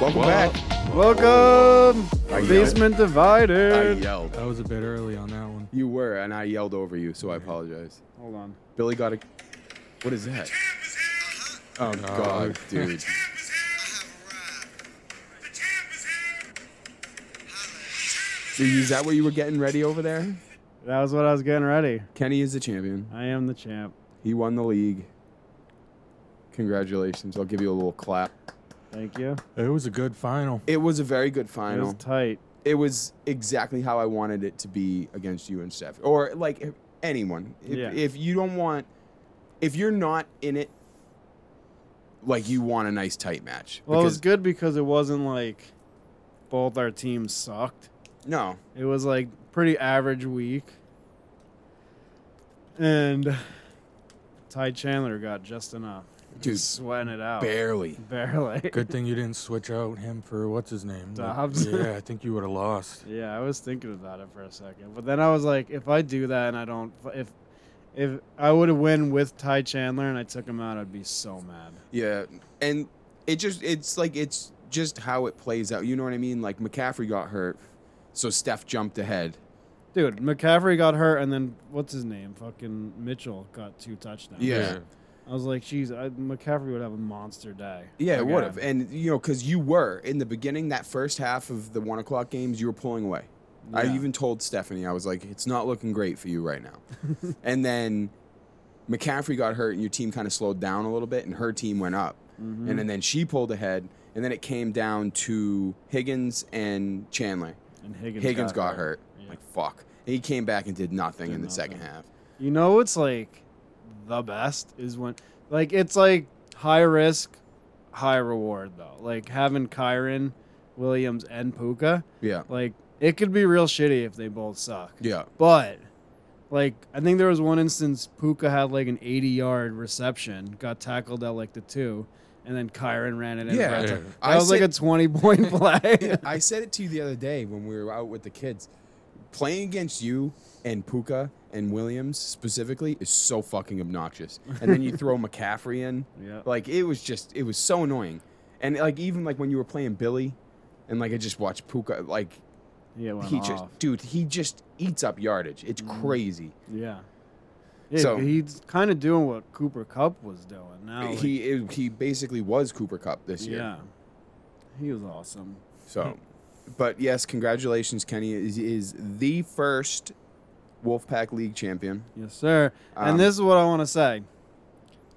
Welcome Well, back. Welcome, I basement I divided. yelled. That was a bit early on that one. You were, and I yelled over you, so I apologize. Hold on. Billy got a. What is that? Oh God, dude. So is that what you were getting ready over there? That was what I was getting ready. Kenny is the champion. I am the champ. He won the league. Congratulations. I'll give you a little clap. Thank you. It was a good final. It was a very good It final. was tight. it was exactly how I wanted it to be against you and Steph, or like if- anyone. If, Yeah. if you don't want, if you're not in it, like you want a nice tight match. Well, it was because, good because it wasn't like both our teams sucked. no, It was like pretty average week. And Ty Chandler got just enough. dude, Just sweating it out. barely. Barely. Good thing you didn't switch out him for what's his name? Like, Dobbs. Yeah, I think you would have lost. Yeah, I was thinking about it for a second, but then I was like, if I do that and I don't, if if I would have win with Ty Chandler and I took him out, I'd be so mad. Yeah, and it just it's like it's just how it plays out. You know what I mean? Like McCaffrey got hurt, so Steph jumped ahead. Dude, McCaffrey got hurt, and then what's his name? Fucking Mitchell got two touchdowns. Yeah. I was like, geez, I, McCaffrey would have a monster day. Yeah, it Again. would have. And, you know, because you were in the beginning, that first half of the one o'clock games, you were pulling away. I Yeah. even told Stephanie, I was like, it's not looking great for you right now. and then McCaffrey got hurt, and your team kind of slowed down a little bit, and her team went up. Mhm. And, then- then she pulled ahead, and then it came down to Higgins and Chandler. And Higgins, Higgins, got, hurt. Yeah. Like, fuck. And he came back and did nothing Did in the second nothing. half. You know what's like the best is when like it's like high risk, high reward though. Like having Kyron, Williams, and Puka, Yeah. like it could be real shitty if they both suck. Yeah. But like I think there was one instance Puka had like an 80 yard reception, got tackled at like the two, and then Kyron ran it in. for a Yeah. touchdown. I that was like said- a 20 point play. I said it to you the other day when we were out with the kids. Playing against you and Puka and Williams specifically is so fucking obnoxious. And then you throw McCaffrey in. yeah. Like it was just it was so annoying. And like even like when you were playing Billy and like I just watched Puka like Yeah, it went he off. Mm-hmm. just dude, he just eats up yardage. It's crazy. Yeah. Yeah, So- he's kind of doing what Cooper Cup was doing now. like, he it, he basically was Cooper Cup this year. Oh, yeah, he was awesome. So, Hmm. but yes, congratulations, Kenny is, is the first Wolfpack League champion. Yes, sir. Um, and this is what I want to say.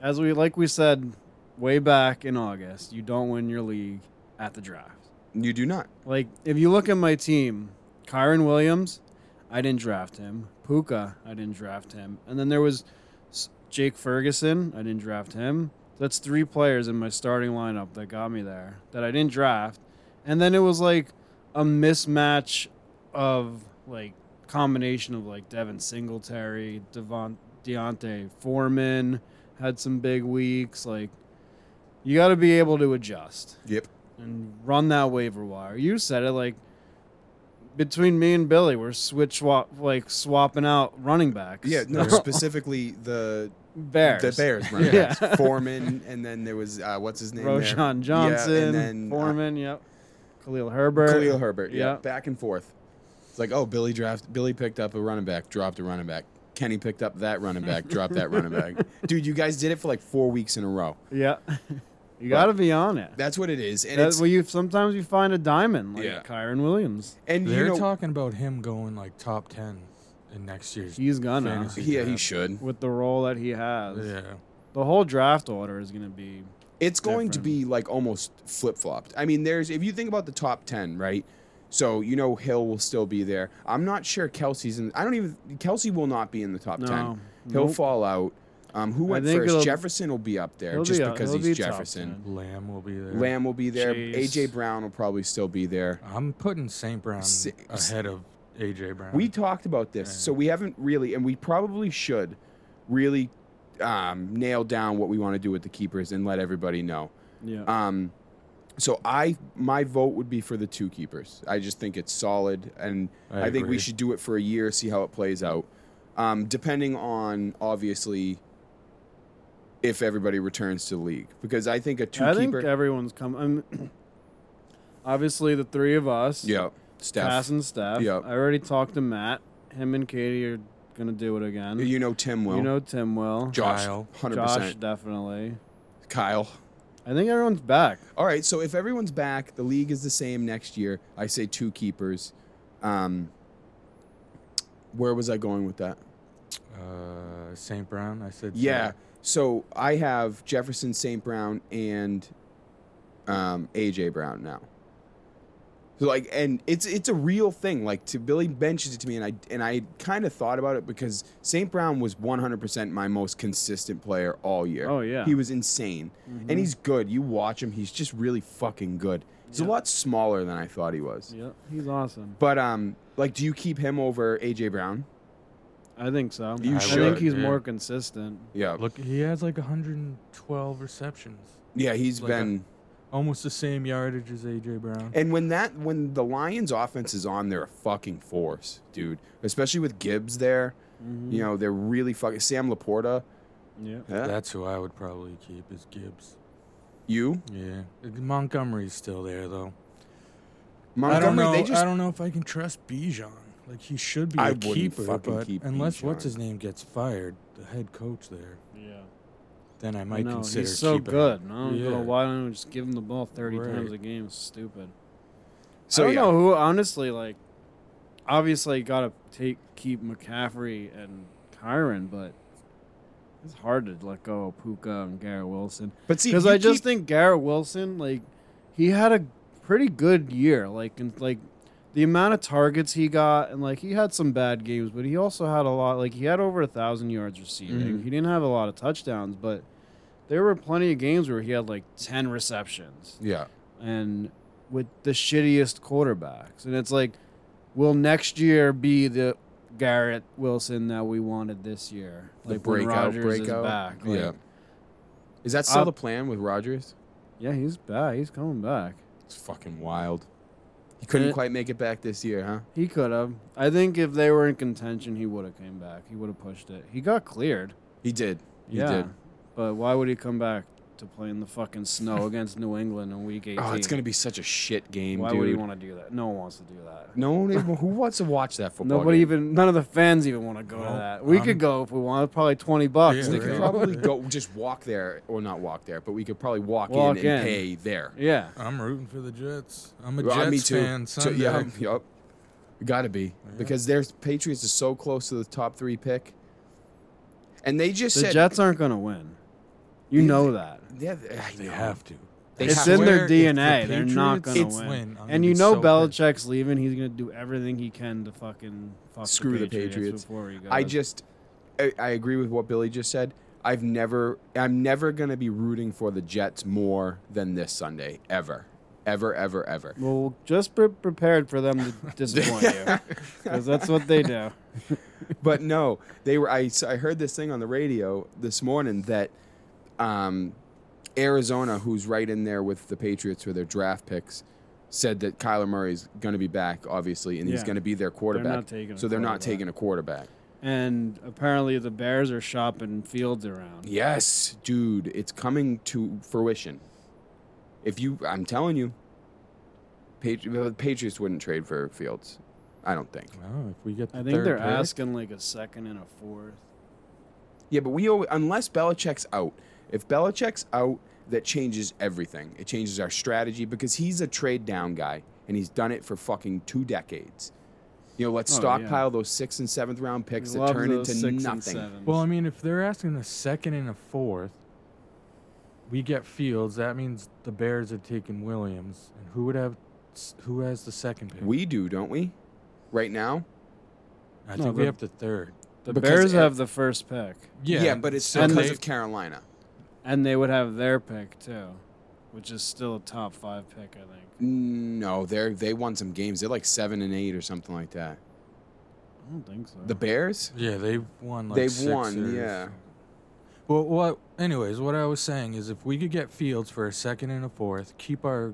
As we like we said way back in August, you don't win your league at the draft. You do not. Like if you look at my team, Kyron Williams, I didn't draft him. Puka, I didn't draft him. And then there was s- Jake Ferguson, I didn't draft him. That's three players in my starting lineup that got me there that I didn't draft. And then it was like a mismatch of like combination of like Devin Singletary, Devon Deontay Foreman had some big weeks. Like you got to be able to adjust Yep. and run that waiver wire. You said it like between me and Billy, we're switch swap like swapping out running backs. Yeah, no, specifically the Bears. the Bears running Yeah. backs. Foreman, and then there was uh, what's his name? there? Roshan Johnson, then, uh, Foreman, yep. Khalil Herbert. Khalil Herbert. Yeah, Yeah. back and forth. It's like, oh, Billy draft. Billy picked up a running back, dropped a running back. Kenny picked up that running back, dropped that running back. Dude, you guys did it for like four weeks in a row. Yeah. you got to be on it. That's what it is, and That, it's well, you sometimes you find a diamond like Yeah. Kyron Williams. and They're you know, talking about him going like top ten in next year's. He's gonna Fantasy. yeah, he should. with the role that he has. Yeah. The whole draft order is gonna be It's going to Different. be like almost flip flopped. I mean, there's if you think about the top ten, right? So you know Hill will still be there. I'm not sure Kelsey's in. I don't even Kelsey will not be in the top no. ten. He'll Nope. fall out. Um, who I went think 1st it'll- Jefferson will be up there He'll just be up- because he'll he's be top Jefferson. 10. Lamb will be there. Lamb will be there. Jeez. AJ Brown will probably still be there. I'm putting St. Brown Si- ahead of AJ Brown. We talked about this, Yeah. so we haven't really, and we probably should really um, nail down what we want to do with the keepers and let everybody know. Yeah. Um, so I, my vote would be for the two keepers. I just think it's solid, and I, think we agree. should do it for a year, see how it plays out. Um, depending on obviously if everybody returns to the league, because I think a two I keeper. think everyone's come. I'm, Obviously, the three of us. Yeah. Steph. Cass and Steph. Yeah. I already talked to Matt. Him and Katie are gonna do it again. You know Tim will. You know Tim will. Josh. Kyle. 100%. Josh definitely. Kyle. I think everyone's back. All right, so if everyone's back, the league is the same next year. I say two keepers. Um, where was I going with that? Uh, St. Brown. I said. Yeah. So I have Jefferson, St. Brown, and um, AJ Brown now. So like, and it's it's a real thing. Like, to Billy mentions it to me, and I and I kind of thought about it because St. Brown was 100% my most consistent player all year. Oh yeah. Mm-hmm. He was insane. And he's good. You watch him, he's just really fucking good. He's Yeah. a lot smaller than I thought he was. Yeah, he's awesome. But um like do you keep him over AJ Brown? I think so. You I should, think he's yeah. more consistent. Yeah. Look, he has like 112 receptions, Yeah, he's Like a- been almost the same yardage as AJ Brown. and when that when the Lions offense is on, they're a fucking force, dude. Especially with Gibbs there. Mhm. You know, they're really fucking Sam Laporta. Yeah. huh? That's who I would probably keep is Gibbs. You? Yeah, Montgomery's still there though. Montgomery, I don't know. they just I don't know if I can trust Bijan. Like he should be a I wouldn't keeper, fucking but keep unless Bijan. what's his name gets fired, the head coach there, Yeah. then I might no, consider. he's so keeping him. good. I don't Yeah. know why don't we just give him the ball thirty Right. times a game? It's stupid. so I don't yeah. know who honestly like. Obviously, gotta take keep McCaffrey and Kyron, but it's hard to let go of Puka and Garrett Wilson. But see, because you I just keep- think Garrett Wilson, like, he had a pretty good year. Like, and like the amount of targets he got, and like he had some bad games, but he also had a lot. Like, he had over a thousand yards receiving. Mhm. He didn't have a lot of touchdowns, but there were plenty of games where he had like ten receptions Yeah. and with the shittiest quarterbacks. And it's like, will next year be the Garrett Wilson that we wanted this year? The Like breakout, when Rodgers breakout. is back. Yeah. Like, Is that still Uh, the plan with Rodgers? yeah, he's back. He's coming back. It's fucking wild. He couldn't it- quite make it back this year, huh? He could have. I think if they were in contention, he would have came back. He would have pushed it. He got cleared. He did. He yeah. did. But why would he come back to play in the fucking snow against New England in Week 18? Oh, it's gonna be such a shit game, Why dude. would he want to do that? No one wants to do that. no one even- who wants to watch that football? Nobody game? um, even. None of the fans even want to go to Nope. that. We I'm- could go if we wanted. Probably twenty bucks. Yeah, We to could right. go. probably go just walk there, or not walk there, but we could probably walk, in Walk and in. pay there. yeah. I'm rooting for the Jets. I'm a Well, Jets me too. fan. So, Sunday. yeah, yep. Gotta be because their Patriots are so close to the top three pick, and they just The said, Jets aren't gonna win. You Yeah, know that. yeah, I They know. have to. They It's have in to. their Swear, if DNA. the They're not gonna Patriots win. win, I'm gonna and you be know so pissed. Belichick's leaving. He's gonna do everything he can to fucking fuck Screw the the Patriots, Patriots. before he goes. I just, I, I agree with what Billy just said. I've never, I'm never gonna be rooting for the Jets more than this Sunday, ever, ever, ever, ever. Well, just be prepared for them to disappoint you, because that's what they do. But no, they were. I, I heard this thing on the radio this morning that um, Arizona, who's right in there with the Patriots for their draft picks, said that Kyler Murray's gonna be back, obviously, and he's Yeah. gonna be their quarterback. not taking a so they're not quarterback. taking a quarterback. And apparently, the Bears are shopping Fields around. Yes, dude, it's coming to fruition. If you, I'm telling you, Patri- well, the Patriots wouldn't trade for Fields. I don't think. Well, if we get the I think third they're pick, asking like a second and a fourth. Yeah, but we always, unless Belichick's out. If Belichick's out, that changes everything. It changes our strategy because he's a trade down guy and he's done it for fucking two decades. You know, let's Oh, yeah. stockpile those sixth and seventh round We picks that love turn those into six and nothing. sevens. Well, I mean, if they're asking a second and a fourth, we get Fields. That means the Bears have taken Williams, and who would have, s- who has the second pick? We do, don't we? Right now? I No, think we the- have the third. the because Bears it- have the first pick, but it's and because they- of Carolina. and they would have their pick too, which is still a top five pick, I think. No, they're they won some games. They're like seven and eight or something like that. I don't think so. The Bears? Yeah, they've won. Like They've six won, or yeah. something. Well, what? Anyways, what I was saying is, if we could get Fields for a second and a fourth, keep our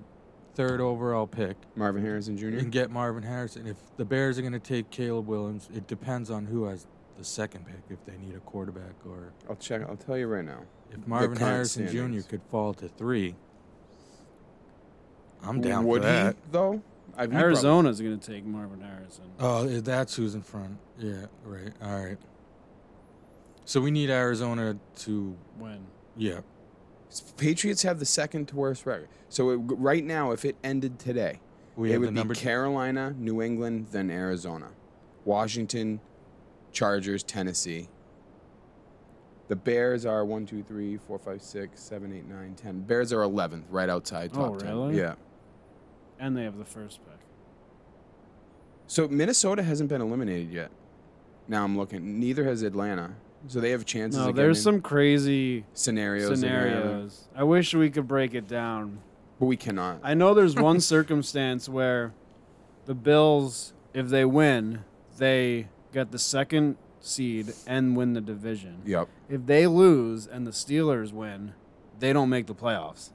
third overall pick, Marvin Harrison Jr. and get Marvin Harrison. If the Bears are going to take Caleb Williams, it depends on who has the second pick. If they need a quarterback, or I'll check. I'll tell you right now. if Marvin current Harrison standings. Jr. could fall to three, I'm down Would for that. he though? I mean, he probably- Arizona's going to take Marvin Harrison. Oh, i- that's who's in front. Yeah, right. All right. So we need Arizona to, When? yeah. Patriots have the second worst record. So it, right now, if it ended today, We it have the would be number. Carolina, New England, then Arizona, Washington, Chargers, Tennessee. The Bears are one, two, three, four, five, six, seven, eight, nine, ten. Bears are eleventh, right outside Oh, top ten. really? Yeah. And they have the first pick. So Minnesota hasn't been eliminated yet. Now I'm looking. Neither has Atlanta. So they have chances. No, of there's getting some crazy scenarios. in there. scenarios. I wish we could break it down. but we cannot. I know there's one circumstance where the Bills, if they win, they get the second seed and win the division. yep. If they lose and the Steelers win, they don't make the playoffs.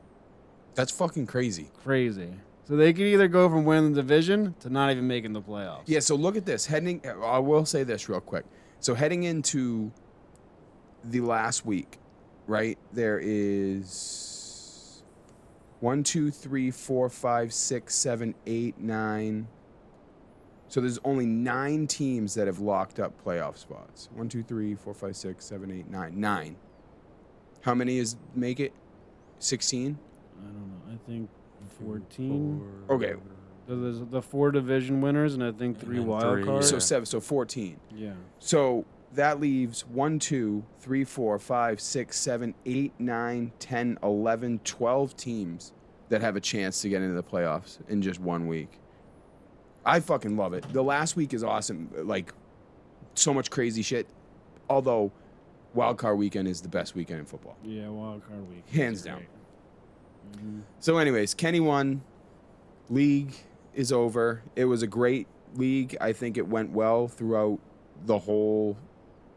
That's fucking crazy. Crazy. So they could either go from winning the division to not even making the playoffs. Yeah, so look at this. Heading, I will say this real quick. So heading into the last week, right? There is one, two, three, four, five, six, seven, eight, nine. So there's only nine teams that have locked up playoff spots. One, two, three, four, five, six, seven, eight, nine, nine. How many is make it? Sixteen. I don't know. I think Two, 14. four, Okay. So there's the four division winners and I think three then wild three, cards. So Yeah. seven. So fourteen. yeah. So that leaves 1, 2, 3, 4, 5, 6, 7, 8, 9, 10, 11, 12 teams that have a chance to get into the playoffs in just one week. I fucking love it. The last week is awesome. Like, so much crazy shit. Although, wild card weekend is the best weekend in football. Yeah, wild card week. Hands down. So, anyways, Kenny won. League is over. It was a great league. I think it went well throughout the whole,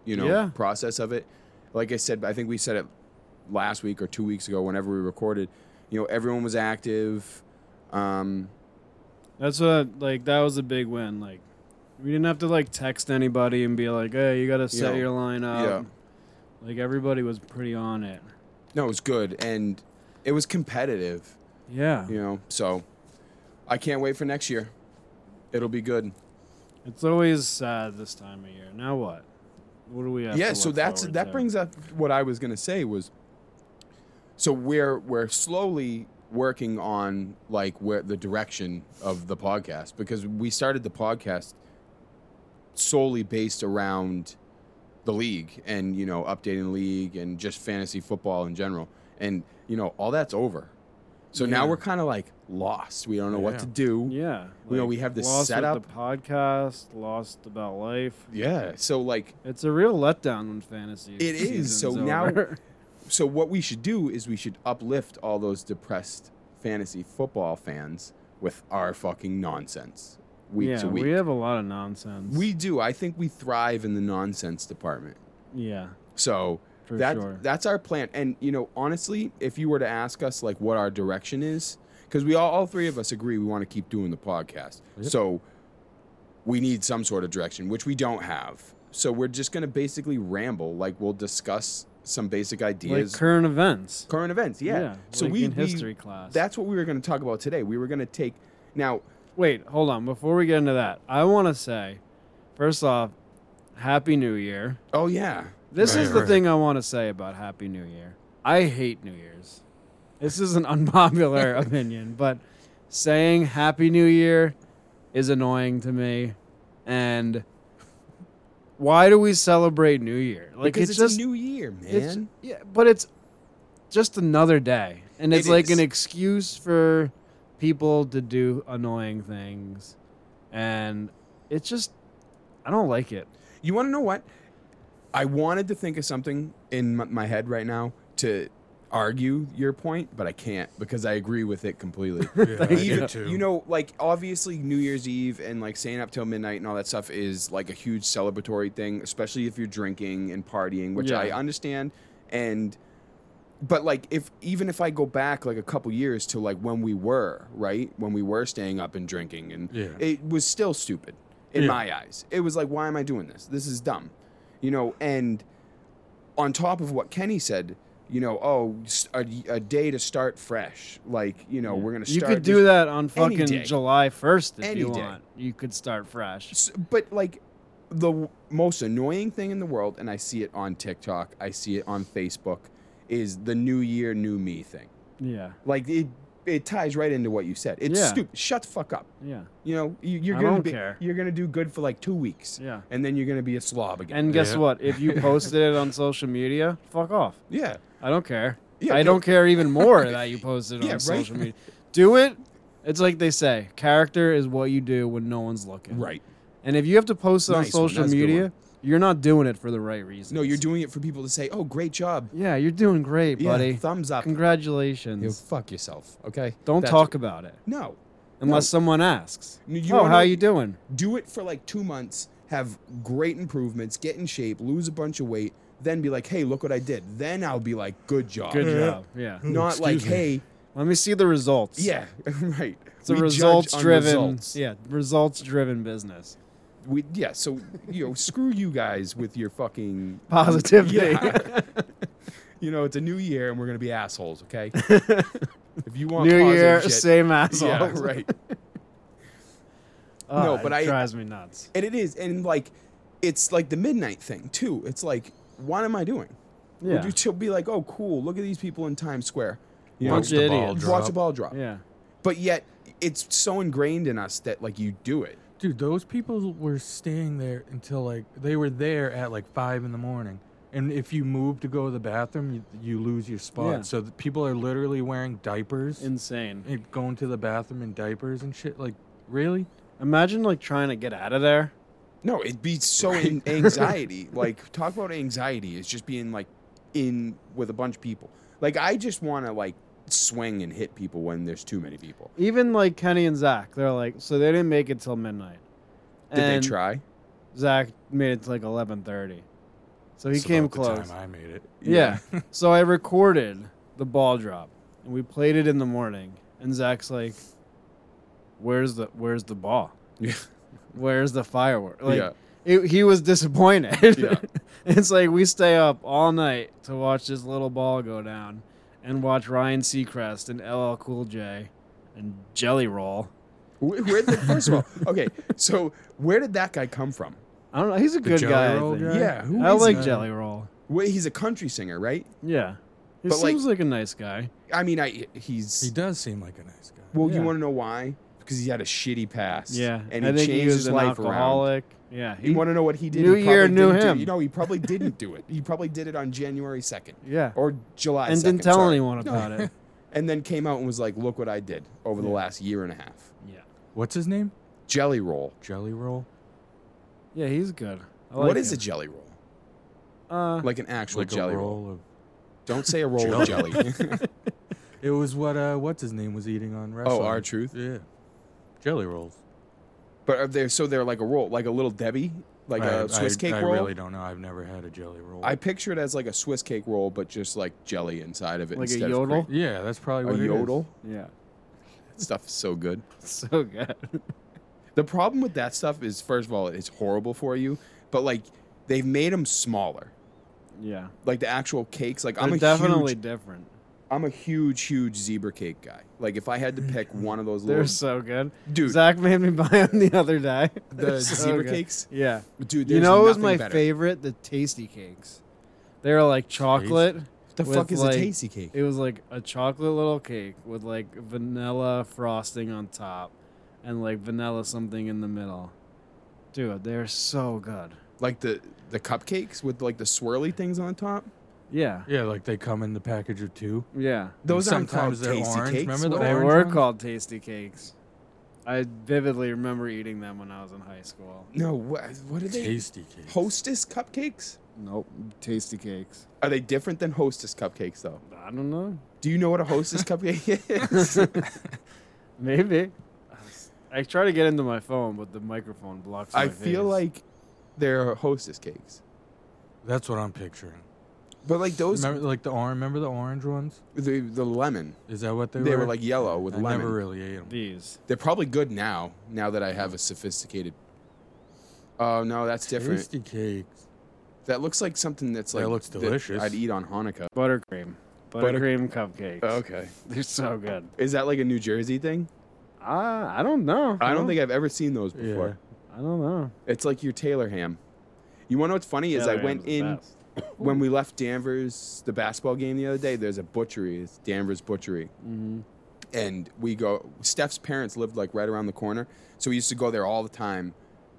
you know, Yeah. process of it. Like I said, I think we said it last week or two weeks ago, whenever we recorded. You know, everyone was active. Um, That's what like that was a big win. Like we didn't have to like text anybody and be like, "Hey, you got to set Yeah. your line Yeah. up." Like everybody was pretty on it. no, it was good, and it was competitive. Yeah. You know, so I can't wait for next year. It'll be good. It's always sad this time of year. Now what? What do we have? yeah to so look that's forward that to? brings up what i was going to say was so we're we're slowly working on like where the direction of the podcast because we started the podcast solely based around the league and you know updating the league and just fantasy football in general and you know all that's over so now Yeah. we're kind of like lost we don't know what Yeah. to do Yeah. you know, we have this lost with setup. the podcast, lost about life. yeah so like It's a real letdown when fantasy. It is, season's so now- over. so what we should do is we should uplift all those depressed fantasy football fans with our fucking nonsense week yeah, to week. we We, have a lot of nonsense. do. I think we thrive in the nonsense department. yeah, So for that sure. that's our plan. And you know, honestly, if you were to ask us like what our direction is, because we all, all three of us agree we want to keep doing the podcast. Yep. So we need some sort of direction, which we don't have. So we're just gonna basically ramble. Like we'll discuss some basic like ideas, current events. current events. Yeah. so like we in we- history class. That's what we were going to talk about today. We were going to take now. Wait, hold on. Before we get into that, I want to say, first off, Happy New Year. Oh yeah, This Right, is the right. thing I want to say about Happy New Year. I hate New Year's. This is an unpopular opinion, but saying Happy New Year is annoying to me. And why do we celebrate New Year? Like because it's, it's, just a new year, it's- man. yeah, but it's just another day, and it's It like is. an excuse for people to do annoying things, and it's just I don't like it. You want to know what? I wanted to think of something in my, my head right now to argue your point, but I can't because I agree with it completely. Yeah, I Even- do too. You know, like obviously New Year's Eve and like staying up till midnight and all that stuff is like a huge celebratory thing, especially if you're drinking and partying, which Yeah. I understand. And but like if even if I go back like a couple years to like when we were, right? When we were staying up and drinking and Yeah. it was still stupid in Yeah. my eyes. It was like, why am I doing this? This is dumb. You know, and on top of what Kenny said, you know, oh, s- a, a day to start fresh. Like, you know, we're gonna You start. could this- do that on fucking day. July 1st if Any you day. want. You could start fresh. S- but like the w- most annoying thing in the world and i see it on tiktok i see it on facebook is the new year new me thing Yeah. like it it ties right into what you said it's Yeah. stupid shut the fuck up Yeah. you know you, you're I gonna don't be, care. you're gonna do good for like two weeks Yeah. and then you're gonna be a slob again And guess Yeah. what? If you posted it on social media, fuck off. yeah I don't care. yeah I you- don't care even more that you posted it Yeah, on right. social media. Do it. It's like they say, character is what you do when no one's looking. right And if you have to post it on Nice one. social That's a good media, you're not doing it for the right reasons. no you're doing it for people to say oh great job Yeah, you're doing great, yeah, buddy. thumbs up Congratulations. you fuck yourself okay Don't That's- talk about it no unless someone asks. N- you oh, wanna- how you doing? do it for like two months, have great improvements, get in shape, lose a bunch of weight, then be like, hey, look what I did. Then I'll be like, good job. Good job. Yeah. Uh, Not like, Excuse me. hey, Let me see the results. yeah, right. It's a We judge results on driven. results. Yeah, results driven business. We, yeah, so, you know, screw you guys with your fucking. Positivity. Yeah. you know, it's a new year and we're going to be assholes, okay? if you want New positive year, shit- same asshole. Yeah, right. Ah, No, but it I- drives me nuts. And it is. And like, it's like the midnight thing, too. It's like, what am I doing? Yeah. Would you will be like, oh, cool, look at these people in Times Square. You Bunch know, of the ball idiots. watch drop. a ball drop. yeah. But yet, it's so ingrained in us that, like, you do it. Dude, those people were staying there until like they were there at like five in the morning. And if you move to go to the bathroom, you, you lose your spot. Yeah. So the people are literally wearing diapers Insane. and going to the bathroom in diapers and shit. Like, really? Imagine like trying to get out of there. No, it'd be so in anxiety. like, talk about anxiety is just being, like, in with a bunch of people. Like, I just want to, like, swing and hit people when there's too many people. Even like Kenny and Zach, they're like, so they didn't make it till midnight. Did and they try? Zach made it to like eleven thirty, so he It's came about the close. time I made it. Yeah. so I recorded the ball drop and we played it in the morning. And Zach's like, Where's the where's the ball? Yeah. Where's the firework? Like yeah. it, he was disappointed. Yeah. it's like we stay up all night to watch this little ball go down and watch Ryan Seacrest and LL Cool J and Jelly Roll. Where, where did, first of all, okay, so where did that guy come from? I don't know. He's a good Jelly guy. I Roll think. guy? Yeah, who I is like that? Jelly Roll. Wait, he's a country singer, right? Yeah. He But, like- seems like, a nice guy. I mean, I he's He does seem like a nice guy. Well, Yeah. you want to know why? Because he had a shitty past. Yeah. and I he think changed he was his an life around. alcoholic. Yeah. You want to know what he did? New he Year, probably new didn't do- him. you know, he probably didn't do it. He probably did it on January second yeah. or July. and 2nd, didn't tell sorry. anyone No, about it. And then came out and was like, "Look what I did over the Yeah. last year and a half." Yeah, What's his name? Jelly roll. Jelly Roll? yeah, he's good. I what like is him. a jelly roll? Uh, Like an actual Like a jelly roll. roll of. Don't say a roll of jelly. It was what uh, what's his name was eating on wrestling. oh, our truth. Yeah, Jelly Rolls. But are they so they're like a roll, like a little Debbie, like I- a Swiss I, cake I roll. really don't know. I've never had a Jelly Roll. I picture it as like a Swiss cake roll, but just like jelly inside of it. Like a instead of yodel? cream. yeah, that's probably what A it is. yodel. yeah, That stuff is so good. so good. The problem with that stuff is, first of all, it's horrible for you. But like, they've made them smaller. yeah, Like the actual cakes. Like I'm they're a definitely huge, different. I'm a huge, huge zebra cake guy. Like if I had to pick one of those They're little so good. dude, Zach made me buy them the other day. the They're so zebra good. cakes, Yeah, dude. you there's know, it was nothing my better. favorite. The tasty cakes. They were like chocolate. The with, fuck is like- a tasty cake? It was like a chocolate little cake with like vanilla frosting on top, and like vanilla something in the middle. Dude, they're so good. Like the the cupcakes with like the swirly things on top. Yeah, Yeah, like they come in the package of two. yeah. Those aren't called Sometimes they're tasty orange. cakes. Remember the What- They orange were ones? called tasty cakes. I vividly remember eating them when I was in high school. No, what, what are they? Tasty cake. Hostess cupcakes? Nope, tasty cakes. Are they different than Hostess cupcakes though? I don't know. Do you know what a Hostess cupcake is? Maybe. I try to get into my phone, but the microphone blocks. My I feel face. like they're Hostess cakes, That's what I'm picturing. but like those, Remember, like the orange. Remember the orange ones? the, the lemon, Is that what they, they were? were like yellow with I lemon. never really ate them. these They're probably good now. Now that I have a sophisticated. Oh no, that's different. Tasty cakes. That looks like something that's That like looks delicious. I'd eat on Hanukkah. Buttercream. Butter- Buttercream cupcakes. Okay. They're so good. Is that like a New Jersey thing? Ah, I don't know. I don't think I've ever seen those Yeah. before. I don't know. It's like your Taylor ham. You want to know what's funny is I Taylor went Ham's the in best. when we left Danvers the basketball game the other day. There's a butchery. It's Danvers Butchery, Mhm. and we go. Steph's parents lived like right around the corner, so we used to go there all the time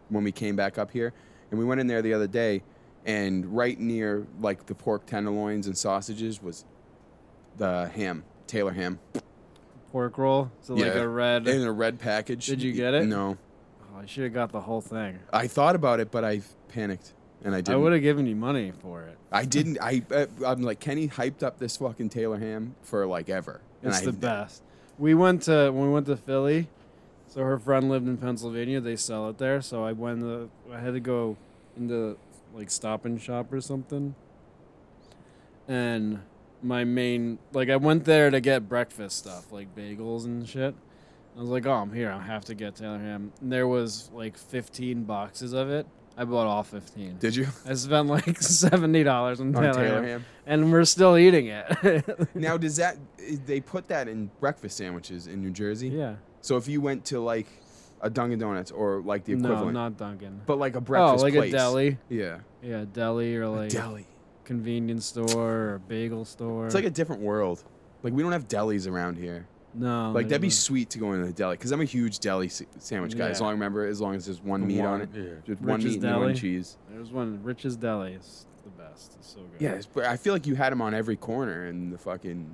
when we came back up here. And we went in there the other day, and right near like the pork tenderloins and sausages was the ham, Taylor ham, Pork roll. So like Yeah. a red. in a red package. Did you get it? No. Oh, I should have got the whole thing. I thought about it, but I panicked and I I would didn't. have given you money for it. I, didn't. I uh, I'm like Kenny hyped up this fucking Taylor ham for like ever. And It's I, the best. We went to when we went to Philly. So her friend lived in Pennsylvania. They sell it there. So I went. To, I had to go into like Stop and Shop or something. And my main like I went there to get breakfast stuff like bagels and shit. I was like, oh, I'm here. I have to get Taylor ham. And there was like 15 boxes of it. I bought all 15. Did you I spent like seventy dollars on on Taylor, Taylor, ham, ham? and we're still eating it. Now does that is- they put that in breakfast sandwiches in New Jersey? yeah, So if you went to like a Dunkin' Donuts or like the equivalent, no, not Dunkin'. but like a Oh, breakfast like place. a deli. Yeah, Yeah, deli or like deli. convenience store or bagel store. It's like a different world. Like we don't have delis around here. no, Like they that'd be don't. sweet to go into a deli because I'm a huge deli s- sandwich guy. As Yeah. long remember, as long as there's one The meat one- on it, Yeah. just one Rich's meat and one Deli. cheese. There's one Rich's Deli is the best. It's so good. Yeah, it's- but I feel like you had him on every corner in the fucking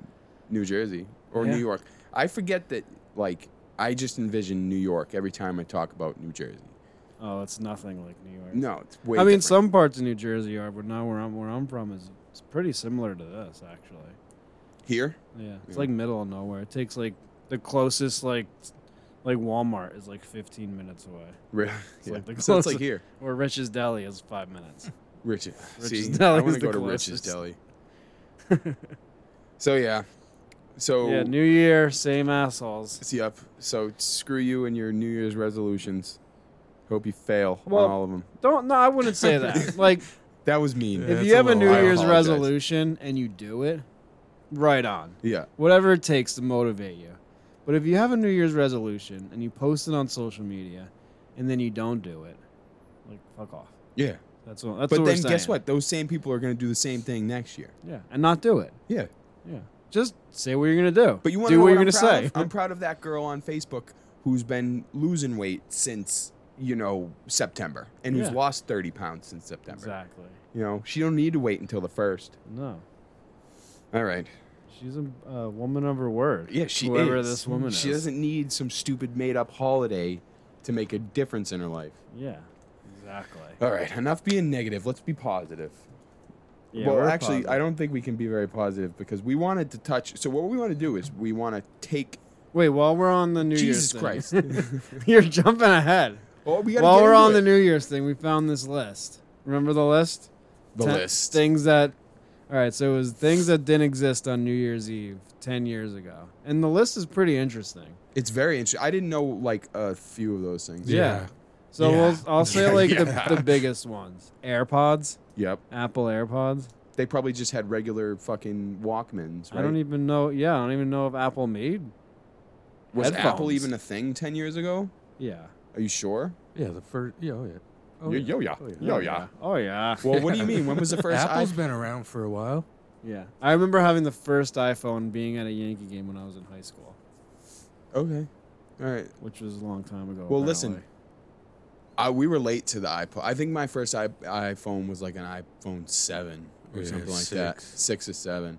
New Jersey or Yeah. New York. I forget that. Like, I just envision New York every time I talk about New Jersey. Oh, it's nothing like New York. No, it's way. I mean, different. some parts of New Jersey are, but not where I'm where I'm from is it's pretty similar to this actually. here. Yeah, it's Yeah. like middle of nowhere. It takes like the closest like like Walmart is like 15 minutes away. Really? It's like the so it's like closest- here. Or Rich's Deli is five minutes. Richard. Rich's See, Deli I is want the to go to Rich's closest. Deli. so yeah, so Yeah, New Year, same assholes. see up. So screw you and your New Year's resolutions. Hope you fail Well- on all of them. Don't no, I wouldn't say that. like That was mean. Yeah, Yeah. if it's you a have a little- New I Year's apologize. resolution and you do it, right on. Whatever it takes to motivate you. But if you have a New Year's resolution and you post it on social media and then you don't do it, like fuck off. Yeah. That's what that's But what we're then guess saying. what? Those same people are going to do the same thing next year. Yeah. And not do it. Yeah. Yeah. Just say what you're gonna do. But you want do to know what what you're I'm gonna proud say. Of? I'm proud of that girl on Facebook who's been losing weight since you know September and who's Yeah. lost 30 pounds since September. Exactly. You know, she don't need to wait until the first. No. All right. She's a uh, woman of her word. Yeah, she Whoever is. this woman she is. doesn't need some stupid made up holiday to make a difference in her life. Yeah. Exactly. All right, enough being negative. Let's be positive. Yeah, well, we're actually, positive. I don't think we can be very positive because we wanted to touch. So what we want to do is we want to take Wait, while we're on the New Jesus Year's Christ. thing, you're jumping ahead. well, oh, we gotta While get we're into on it. the New Year's thing, we found this list. Remember the list? the Ten- list. Things that. All right, so it was things that didn't exist on New Year's Eve ten years ago, and the list is pretty interesting. It's very interesting. I didn't know like a few of those things. Yeah. So Yeah. we'll, I'll say Yeah, like yeah. the, the biggest ones: AirPods, Yep. Apple AirPods. They probably just had regular fucking Walkmans, right? I don't even know. Yeah, I don't even know if Apple made. Was Apple e-, headphones. even a thing 10 years ago? Yeah. Are you sure? Yeah, the first. Yeah, oh yeah. Oh, Yo- yo, yeah. Oh, yeah. Yo, yeah. Oh yeah. Well, what do you mean? When was the first Apple's iPhone? been around for a while. Yeah. I remember having the first iPhone being at a Yankee game when I was in high school, Okay. All right. which was a long time ago. Well, listen. apparently. Uh, we were late to the iPod. I think my first I- iPhone was like an iPhone 7 or Yeah, something like that. six. 6 or 7.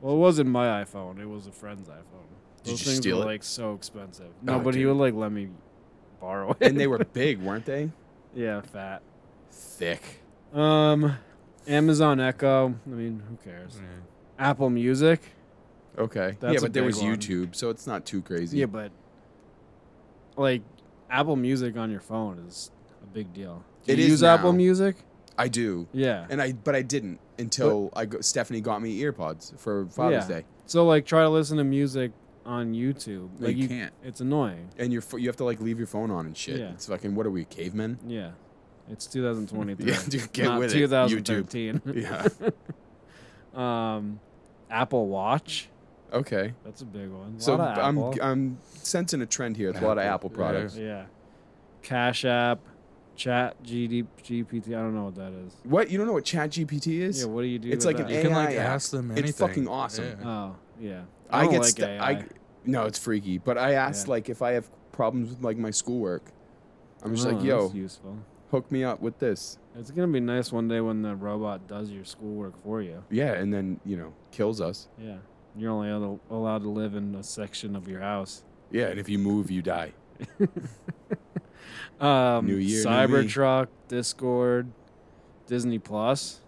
Well, it wasn't my iPhone. It was a friend's iPhone. Did Those you things steal were it? like so expensive. No, Oh, but he dude. would like let me borrow it. And they were big, weren't they? yeah, fat. Thick. Um, Amazon Echo. I mean, who cares? Apple Music. Okay. yeah, That's a but there big was one. YouTube, so it's not too crazy. Yeah, but like Apple Music on your phone is a big deal. Do It you is use Apple now. Music? I do. Yeah. And I but I didn't until I go, Stephanie got me earpods for Father's Yeah. Day. So like, try to listen to music on YouTube. No, Like you can't. It's annoying. and your pho- you have to like leave your phone on and shit. Yeah. It's fucking what are we cavemen? Yeah. It's 2023. Yeah, dude, get not with it. YouTube. 2013. Yeah. um, Apple Watch. Okay. That's a big one. A So lot of I'm Apple. I'm sensing a trend here. It's a lot of Apple. Apple products. yeah. Cash App, Chat GD, GPT. I don't know what that is. What you don't know what ChatGPT is? Yeah, what do you do? It's with like an that? You can like AI app. ask them anything. It's fucking awesome. Uh, Oh Yeah. yeah. I, I, don't get like sta- AI. I no, it's freaky. But I asked Yeah. like if I have problems with like my schoolwork. I'm just Oh, like, yo, that's useful. hook me up with this. It's gonna be nice one day when the robot does your schoolwork for you. Yeah, and then you know kills us. Yeah. You're only al- allowed to live in a section of your house. Yeah, and if you move, you die. Um, New year, new me. Cybertruck, Discord, Disney Plus.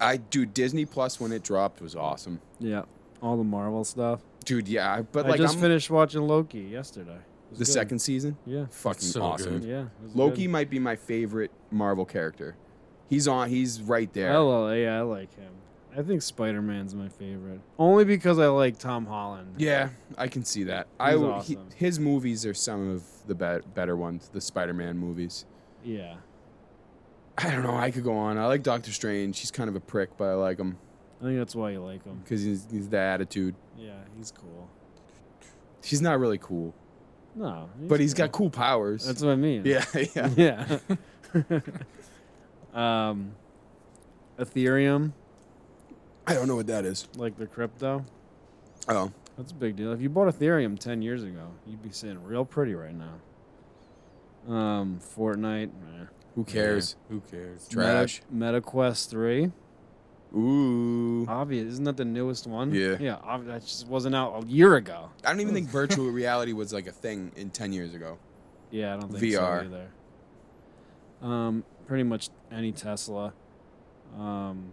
I dude, Disney Plus when it dropped was awesome. Yeah. All the Marvel stuff. Dude, yeah, I- but I like just I'm, finished watching Loki yesterday. It the was good. second season, Yeah. fucking so awesome. good. Yeah. it was Loki good. might be my favorite Marvel character. He's on. He's right there. I lo- yeah, I like him. I think Spider Man's my favorite. Only because I like Tom Holland. Yeah, I can see that. I He's w- he- awesome. his movies are some of the be- better ones, the Spider-Man movies. Yeah. I don't know. I could go on. I like Doctor Strange. He's kind of a prick, but I like him I think that's why you like him. because he's, he's the attitude. Yeah, he's cool. He's not really cool, No. but he's cool. got cool powers. That's what I mean. yeah, yeah. Yeah. um, Ethereum, I don't know what that is. like the crypto, Oh, that's a big deal. If you bought Ethereum 10 years ago, you'd be sitting real pretty right now. Um, Fortnite, eh. who cares? Who cares? Trash. Meta, MetaQuest 3. Ooh. Obvious. Isn't that the newest one? Yeah. Yeah. Ob- that just wasn't out a year ago. I don't even think virtual reality was like a thing in ten years ago. Yeah, I don't think VR. so either. Um, pretty much any Tesla. Um,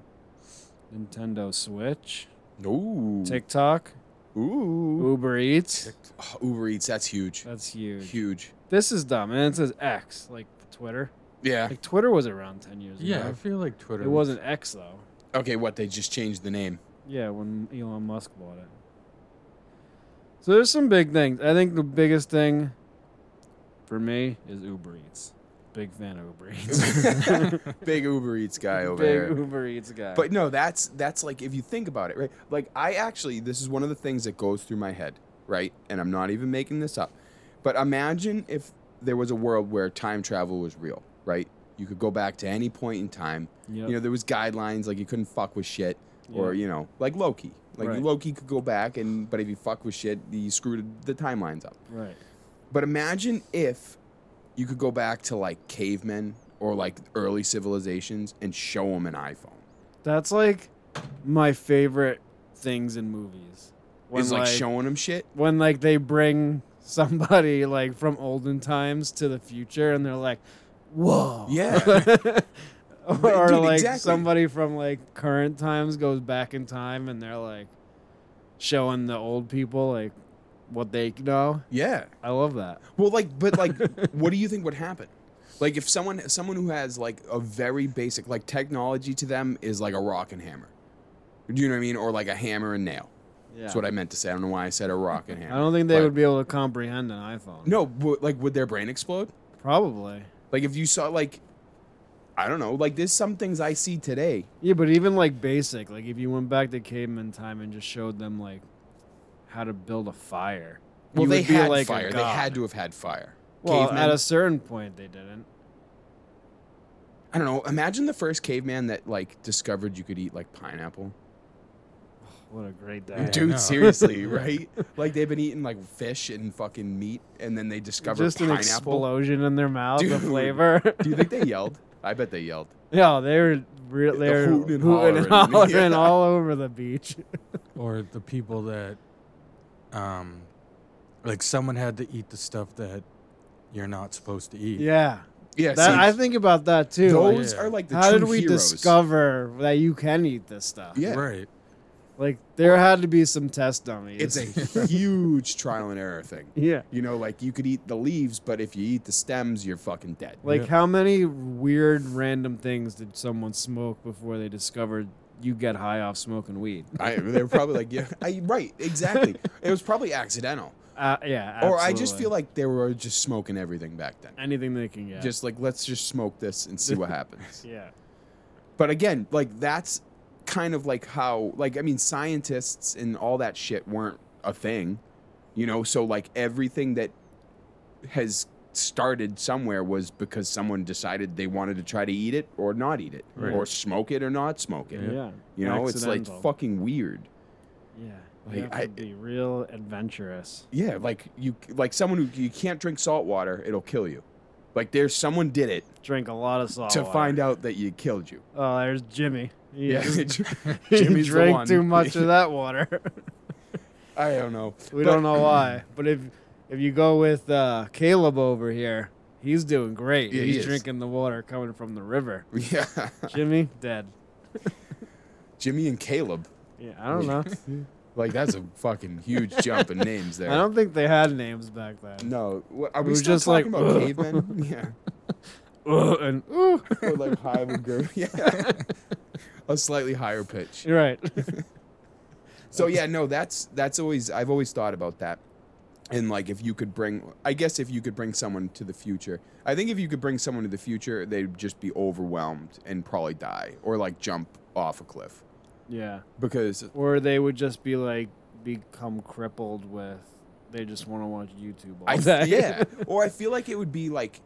Nintendo Switch, Ooh. TikTok, Ooh. Uber Eats. Oh, Uber Eats. That's huge. That's huge. Huge. This is dumb, and it says X, like Twitter. Yeah. Like Twitter was around ten years Yeah, I ago. feel like Twitter. It wasn't X though. Okay. What they just changed the name. Yeah, when Elon Musk bought it. So there's some big things. I think the biggest thing for me is Uber Eats. Big fan of Uber Eats. Big Uber Eats guy over big there. Uber Eats guy. But no, that's that's like if you think about it, right? Like I actually this is one of the things that goes through my head, right? And I'm not even making this up. But imagine if there was a world where time travel was real, right? You could go back to any point in time. Yep. You know, there was guidelines like you couldn't fuck with shit or Yeah. you know, like Loki. Like Right. Loki could go back and but if you fuck with shit, you screwed the timelines up. right. But imagine if you could go back to like cavemen or like early civilizations and show them an iPhone. That's like my favorite things in movies. When, It's like showing them shit. when like they bring somebody like from olden times to the future and they're like whoa Yeah. or Dude, like exactly. somebody from like current times goes back in time and they're like showing the old people like what they know Yeah. i love that Well, like, but like, what do you think would happen? Like, if someone someone who has like a very basic like technology to them is like a rock and hammer. Do you know what I mean? Or like a hammer and nail. yeah That's what I meant to say. I don't know why I said a rock and hammer. I don't think they but- would be able to comprehend an iphone No, but, like, would their brain explode? probably Like, if you saw like, I don't know. Like, there's some things I see today. yeah but even like basic like if you went back to caveman time and just showed them like how to build a fire Well, you they would be had like a fire. They god. had to have had fire. Well, Cavemen- at a certain point, they didn't. I don't know. Imagine the first caveman that like discovered you could eat like pineapple. What a great day! Yeah, I Dude, know. seriously, right? Like they've been eating like fish and fucking meat, and then they discover Just an pineapple. explosion in their mouth of Dude. flavor. Do you think they yelled? I bet they yelled. yeah, they were re- they were hooting and hollering. hollering Yeah. all over the beach. Or the people that, um, like someone had to eat the stuff that you're not supposed to eat. Yeah, Yeah, that, see, I think about that too. like, those yeah. are like the how true did we heroes. discover that you can eat this stuff? Yeah, Right. like there had to be some test dummies. it's a huge trial and error thing. yeah. You know, like you could eat the leaves, but if you eat the stems, you're fucking dead. Like Yeah. how many weird random things did someone smoke before they discovered you get high off smoking weed? I, they were probably like, yeah, I, right, exactly. It was probably accidental. Uh, yeah. Or I just absolutely. feel like they were just smoking everything back then. anything they can get. Just like let's just smoke this and see what happens. yeah. But again, like that's kind of like how like I mean scientists and all that shit weren't a thing. You know, so like everything that has started somewhere was because someone decided they wanted to try to eat it or not eat it Right. or smoke it or not smoke it. Yeah. Yeah. Yeah. You know, it's like Accidental. fucking weird. You Like, have to I- be real adventurous. Yeah, like you like someone who you can't drink salt water, it'll kill you. Like there's someone did it Drink a lot of salt. to water. find out that you killed you. Oh, there's Jimmy. He Yeah, just- he Jimmy's the drank one. too much of that water. I don't know. we But- don't know why, but if if you go with uh, Caleb over here, he's doing great. Yeah, he he's is. drinking the water coming from the river. Yeah, Jimmy dead. Jimmy and Caleb. Yeah, I don't know. Like that's a fucking huge jump in names there. I don't think they had names back then. no, what, are It we was still just talking like, about "Ugh." cavemen? Yeah, Ugh, and ooh, or like high of a girl. Yeah, a slightly higher pitch. you're right. So yeah, no, that's that's always I've always thought about that. And like if you could bring I guess if you could bring someone to the future. I think if you could bring someone to the future, they'd just be overwhelmed and probably die or like jump off a cliff yeah, because or they would just be like become crippled with. They just want to watch YouTube all I day. yeah, or I feel like it would be like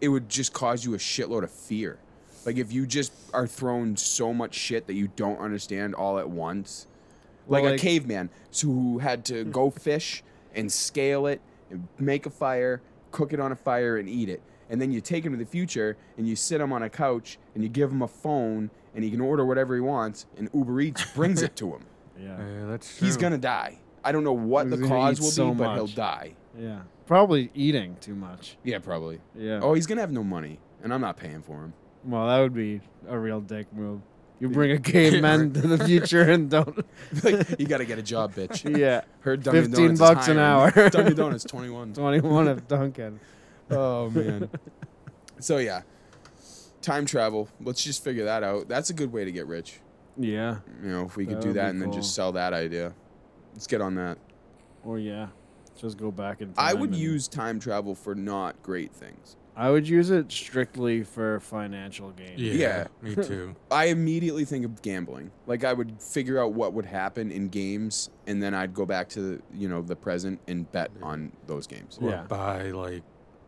it would just cause you a shitload of fear. Like if you just are thrown so much shit that you don't understand all at once, Well, like, like- a caveman so who had to go fish and scale it and make a fire, cook it on a fire and eat it. And then you take him to the future and you sit him on a couch and you give him a phone and he can order whatever he wants and Uber Eats brings it to him. yeah, Yeah, that's true. He's gonna die. I don't know what the He's gonna cause eat will be, so but he'll much. die. yeah. Probably eating too much. Yeah, probably. Yeah. Oh, he's gonna have no money, and I'm not paying for him. Well, that would be a real dick move. You bring a caveman to the future and don't. like, you gotta get a job, bitch. Yeah, Heard Dunkin' 15 Donuts is bucks an hiring. hour. Dunkin' Donuts twenty one. twenty-one of Duncan. Oh man. So yeah, time travel. Let's just figure that out. That's a good way to get rich. Yeah, You know, if we could That do would that be and then cool. just sell that idea. Let's get on that. or yeah, just go back in time. I would and- use time travel for not great things. I would use it strictly for financial gain. Yeah, Yeah. me too. I immediately think of gambling. Like I would figure out what would happen in games, and then I'd go back to the, you know the present and bet on those games. Or Yeah. buy like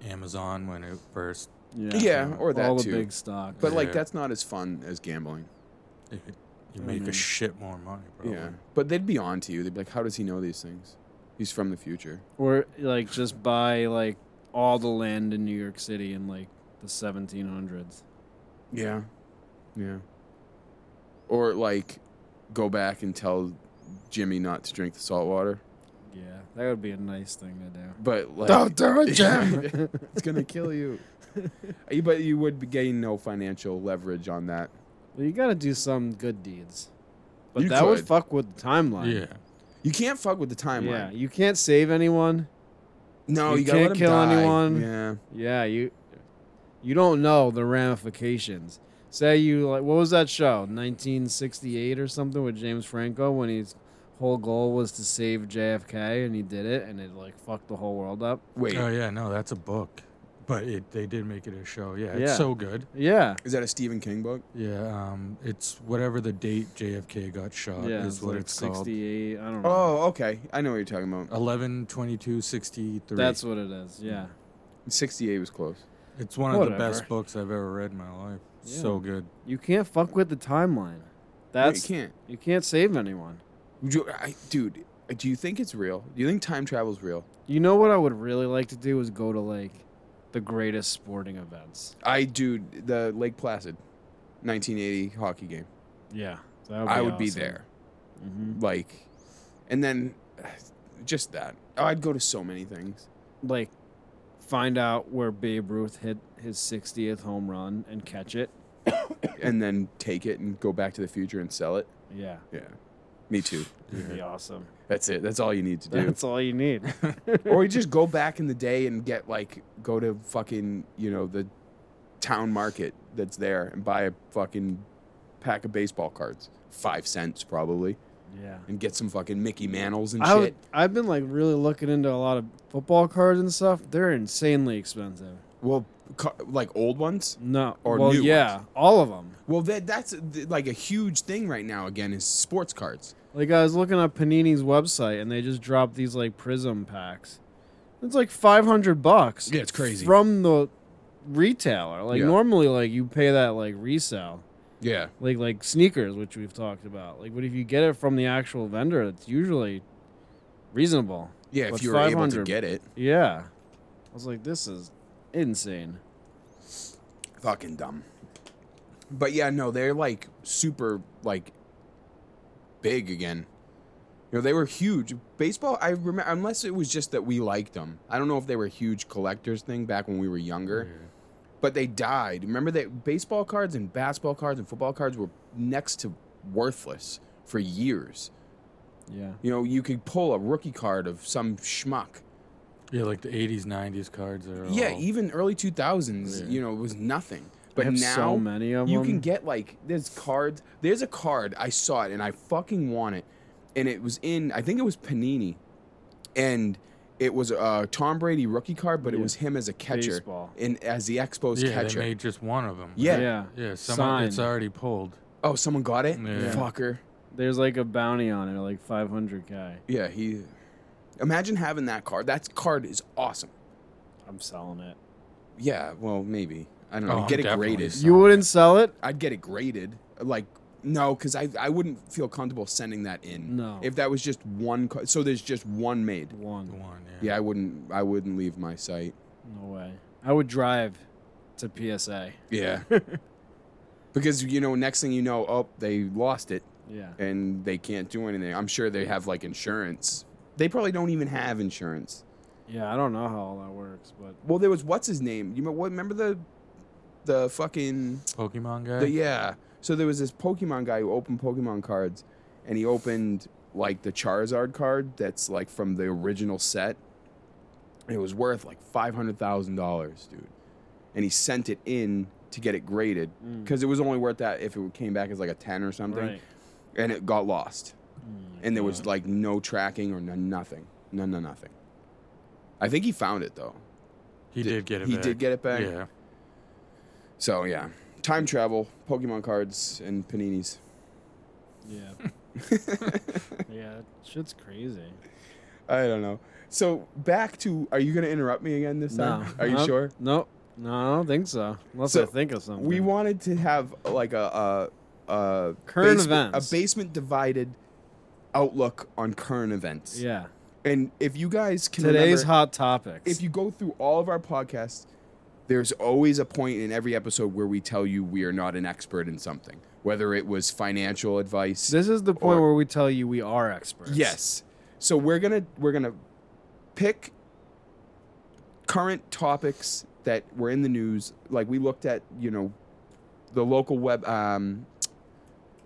Amazon when it first. Yeah, Yeah, or that all the too. big stock. But like Yeah. that's not as fun as gambling. You you I make mean- a shit more money, probably. Yeah. But they'd be on to you. They'd be like, How does he know these things? He's from the future. or like just buy like all the land in New York City in like the seventeen hundreds. Yeah. Yeah. Or like go back and tell Jimmy not to drink the salt water. Yeah, that would be a nice thing to do. But like Don't do it, Jim. it's gonna kill you. You- but you would be getting no financial leverage on that. Well, you got to do some good deeds. But You that would could. fuck with the timeline. Yeah. You can't fuck with the Yeah, timeline. you can't save anyone. No, You you, gotta let can't him kill die. anyone. Yeah. Yeah, you you don't know the ramifications. Say you like what was that show? 1968 or something with James Franco when his whole goal was to save JFK and he did it and it like fucked the whole world up. Wait, Oh yeah, no, that's a book, but it, they did make it a show. Yeah, it's Yeah. so good. Yeah. is that a Stephen King book? Yeah, um, it's whatever the date JFK got Uh, shot yeah, is it's what like it's called. 68, I don't know. Oh, okay. I know what you're talking about. 11 22 63 That's what it is. Yeah. Hmm. Sixty eight was close. it's one of the best Whatever. books i've ever read in my life Yeah. so good You can't fuck with the timeline. No, That's you can't. you can't save anyone. Would you- I- dude, do you think it's real? Do you think time travel's real? You know what I would really like to do is go to like the greatest sporting events. I dude, the Lake Placid, 1980 hockey game. Yeah, I would be there, Mm-hmm. like, and then just that. Oh, I'd go to so many things. Like, find out where Babe Ruth hit his 60th home run and catch it. And then take it and go back to the future and sell it. Yeah, Yeah, me too. it'd be awesome. That's it. That's all you need to do. That's all you need. or you just go back in the day and get like go to fucking you know the town market that's there and buy a fucking pack of baseball cards, five cents probably. Yeah. and get some fucking Mickey Mantles and I shit. would, I've been like really looking into a lot of football cards and stuff. They're insanely expensive. well, ca- like old ones. No, Or well, new ones. yeah, all of them. Well, that that's th- like a huge thing right now. Again, is sports cards. Like I was looking up Panini's website and they just dropped these like prism packs. It's like 500 bucks. Yeah, it's crazy. From the retailer. Like Yeah. normally like you pay that like resale. Yeah, Like like sneakers which we've talked about. Like but if you get it from the actual vendor, it's usually reasonable. yeah. If What's you were able to 500? get it, Yeah. I was like this is insane. fucking dumb. But yeah, no, they're like super like big again. You know, they were huge. Baseball, I remember, unless it was just that we liked them. I don't know if they were a huge collectors thing back when we were younger, but they died. Remember that baseball cards and basketball cards and football cards were next to worthless for years. Yeah. You know, you could pull a rookie card of some schmuck. Yeah, like the 80s, 90s cards are. Yeah, all- even early 2000s, Yeah. you know, it was nothing. Oh. I But have now so many of You them. can get like there's cards. There's a card I saw it and I fucking want it, and it was in I think it was Panini, and it was a Tom Brady rookie card, but it Yeah. was him as a catcher Baseball. and as the Expos yeah, catcher. they made just one of them. Yeah. Yeah, someone, it's Signed. already pulled. oh, someone got it. Yeah. Fucker. There's like a bounty on it, like 500k. Yeah, he. Imagine having that card. That card is awesome. I'm selling it. Yeah, well maybe I don't Oh, know. I'm get it definitely graded. s- You wouldn't sell it? I'd get it graded. Like no, because I I wouldn't feel comfortable sending that in. No. If that was just one, card, so there's just one made. The One. One, yeah. Yeah, I wouldn't. I wouldn't leave my site. No way. I would drive to PSA. Yeah, because you know, next thing you know, oh, they lost it Yeah. and they can't do anything. I'm sure they have like insurance. They probably don't even have insurance. Yeah, I don't know how all that works, but Well, there was what's his name. You know what? Remember the, the fucking Pokemon guy? the, yeah. So there was this Pokemon guy who opened Pokemon cards, and he opened like the Charizard card that's like from the original set. And it was worth like five hundred thousand dollars, dude. And he sent it in to get it graded mm, because it was only worth that if it came back as like a 10 or something right. and it got lost Mm, and there was God. like no tracking or no, nothing no no nothing i think he found it though He did, get it he back. did get it back Yeah. so yeah time travel pokemon cards and paninis yeah, yeah, that shit's crazy. i don't know so back to are you going to interrupt me again this time No. are you Nope. sure Nope. No, I don't think so. Unless So, I think of something. we wanted to have like a, a, a Current basement, events. a basement divided outlook on current events Yeah. and if you guys can Today's remember- hot topics. if you go through all of our podcasts, there's always a point in every episode where we tell you we are not an expert in something, whether it was financial advice. this is the point or- where we tell you we are experts. yes. So we're going to we're going to pick current topics that were in the news. Like we looked at, you know, the local web um,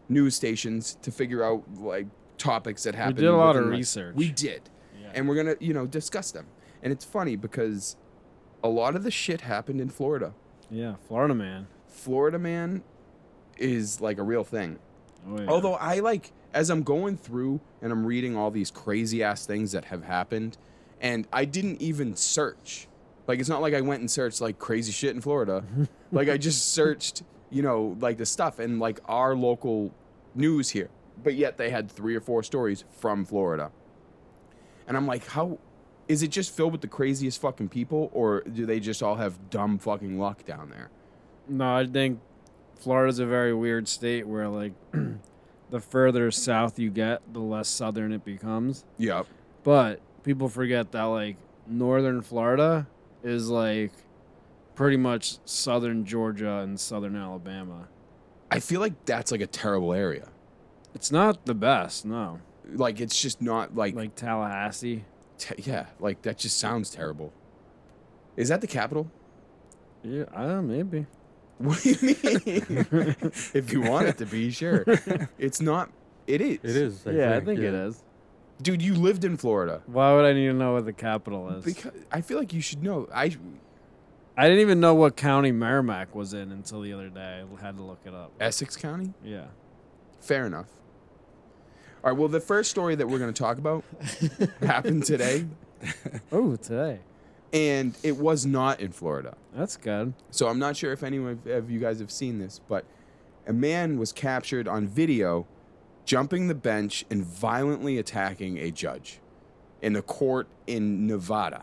news stations to figure out like topics that We happened. did a lot of within, like- research. We did Yeah. and we're gonna you know discuss them and it's funny because a lot of the shit happened in florida yeah, Florida man. florida man is like a real thing Oh, yeah. although i like as i'm going through and i'm reading all these crazy ass things that have happened and i didn't even search like it's not like i went and searched like crazy shit in florida like i just searched you know like the stuff and like our local news here but yet they had three or four stories from florida and i'm like how is it just filled with the craziest fucking people or do they just all have dumb fucking luck down there No, I think Florida's a very weird state where like the further south you get, the less southern it becomes. yeah But people forget that like northern Florida is like pretty much southern Georgia and southern Alabama. i feel like that's like a terrible area It's not the best, no. like it's just not like Like Tallahassee. Te- yeah, like that just sounds terrible. Is that the capital? Yeah, I don't maybe. What do you mean? if you want it to be, sure. It's not. It is. It is. I yeah, I think yeah. it is. Dude, you lived in Florida. Why would I need to know what the capital is? Because I feel like you should know. I I didn't even know what county Merrimack was in until the other day. I had to look it up. Essex County. Yeah. Fair enough. All right. Well, the first story that we're going to talk about happened today, Oh, today. and it was not in Florida. That's good. So I'm not sure if any of of you guys have seen this, but a man was captured on video jumping the bench and violently attacking a judge in a court in Nevada.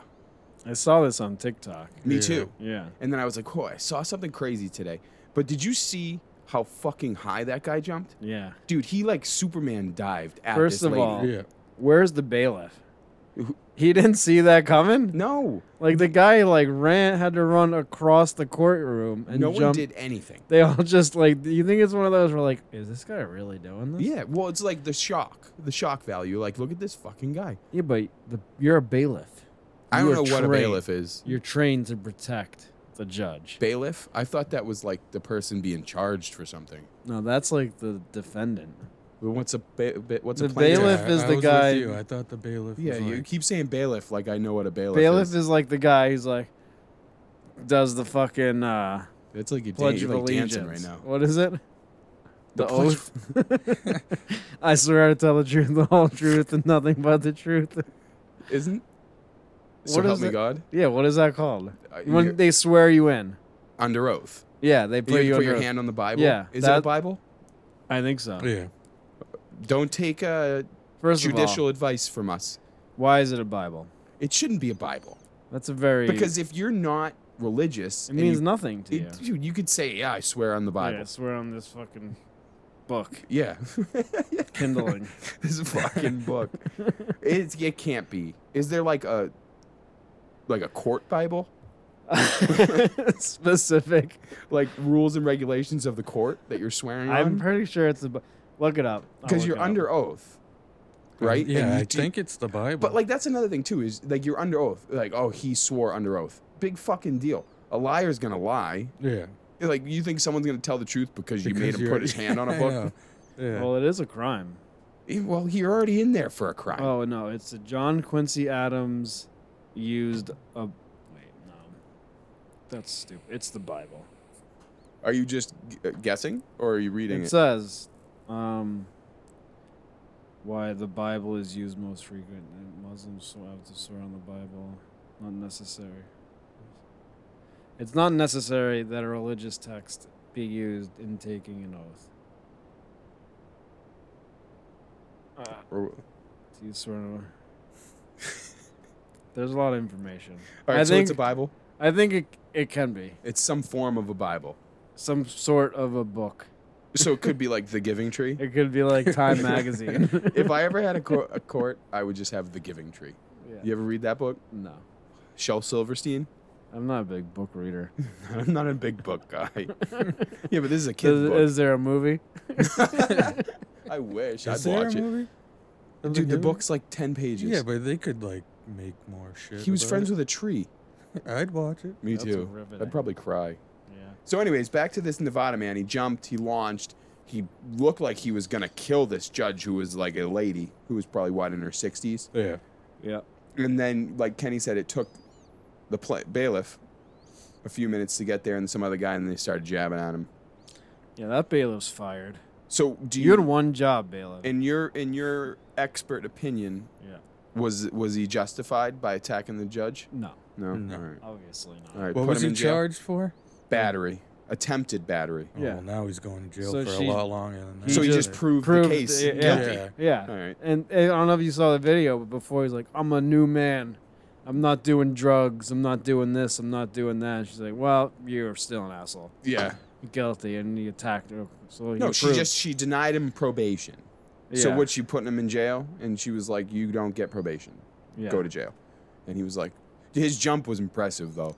I saw this on TikTok. Me Yeah. too. Yeah. And then I was like, oh, I saw something crazy today. But did you see how fucking high that guy jumped? Yeah. Dude, he like Superman dived at First this of lady. all- Yeah. Where's the bailiff? Who- He didn't see that coming. No, Like the guy like ran had to run across the courtroom and no one jump. did anything. They all just like you think it's one of those where like is this guy really doing this? Yeah, well, it's like the shock, the shock value. Like, look at this fucking guy. Yeah, but the, you're a bailiff. I don't You are know what a trained. bailiff is. You're trained to protect the judge. Bailiff? I thought that was like the person being charged for something. No, that's like the defendant. But what's a ba- ba- what's a The plaintiff? bailiff Yeah, is I- I the was with guy- you. I thought the bailiff. Yeah, was you like- keep saying bailiff like I know what a bailiff, Bailiff is. is like the guy who's like does the fucking uh It's like you're, dan- pledge you're of like allegiance. dancing right now. What is it? The The, Pledge oath. I swear to tell the truth, the whole truth, and nothing but the truth. Isn't? So What help is me it? God. Yeah, what is that called? Uh, you're When they swear you in. under oath. Yeah, they put You you, put under your oath. hand on the Bible. Yeah, is it a that- Bible? I think so. Yeah. Don't take uh, First of all, judicial advice from us. why is it a Bible? It shouldn't be a Bible That's a very because if you're not religious, it and means you, nothing to you. it- dude, you could say, "Yeah, I swear on the Yeah, Bible." I swear on this fucking book Yeah, kindling. this fucking book. It's, it can't be. Is there like a like a court Bible, Specific. like rules and regulations of the court that you're swearing I'm on? pretty sure it's the. Bu- look it up. I'll Because look you're it up. under oath, right? Yeah, And you I do- think it's the Bible. But like that's another thing too is like you're under oath. Like oh he swore under oath. Big fucking deal. A liar's gonna lie. yeah, Like you think someone's gonna tell the truth because you made because him you're- put his hand on I a book? know. Yeah. Well, it is a crime. Eh, well, you're already in there for a crime. Oh no, it's a John Quincy Adams used a. Wait, no, that's stupid. It's the Bible. Are you just g- uh, guessing or are you reading it it? says, um, why the Bible is used most frequent. and Muslims swear have to swear on the Bible. Not necessary. It's not necessary that a religious text be used in taking an oath. Uh, Or- all do you swear on a- There's a lot of information. right, I so it's a think- Bible. I think it it can be It's some form of a Bible. some sort of a book. So it could be like the Giving Tree. It could be like Time Magazine. If I ever had a, co- a court, I would just have the Giving Tree. Yeah. You ever read that book? No, Shel Silverstein. I'm not a big book reader. I'm not a big book guy. yeah, but this is a kid's Is, book. is there a movie? I wish Is I'd there a watch it. movie? Of Dude, the Giving? book's like ten pages. Yeah, but they could like make more shit. he was friends with a tree. with. I'd watch it. Me That's too. riveting. I'd probably cry. Yeah. So, anyways, back to this Nevada man. He jumped. He launched. He looked like he was gonna kill this judge, who was like a lady, who was probably what in her sixties. Yeah. Yeah. And then, like Kenny said, it took the pla bailiff a few minutes to get there, and some other guy, and they started jabbing at him. Yeah, that bailiff's fired. So, do You had you, one job, bailiff. in your in your expert opinion, yeah. was was he justified by attacking the judge? No, No. No. All right. obviously not. All right. What put was him he in jail. charged for? Battery. Attempted battery. Oh, Yeah. well, Oh, now he's going to jail So for she- a lot longer than that. He so he just just proved, proved- the case yeah. guilty. Yeah. Yeah. All right. And, and I don't know if you saw the video, but before he's like, I'm a new man. I'm not doing drugs. I'm not doing this. I'm not doing that. And she's like, Well, you're still an asshole. Yeah. Guilty. And he attacked her. So he No, she proved- just she denied him probation. So Yeah. what she putting him in jail and she was like, You don't get probation. yeah. Go to jail. And he was like his jump was impressive though.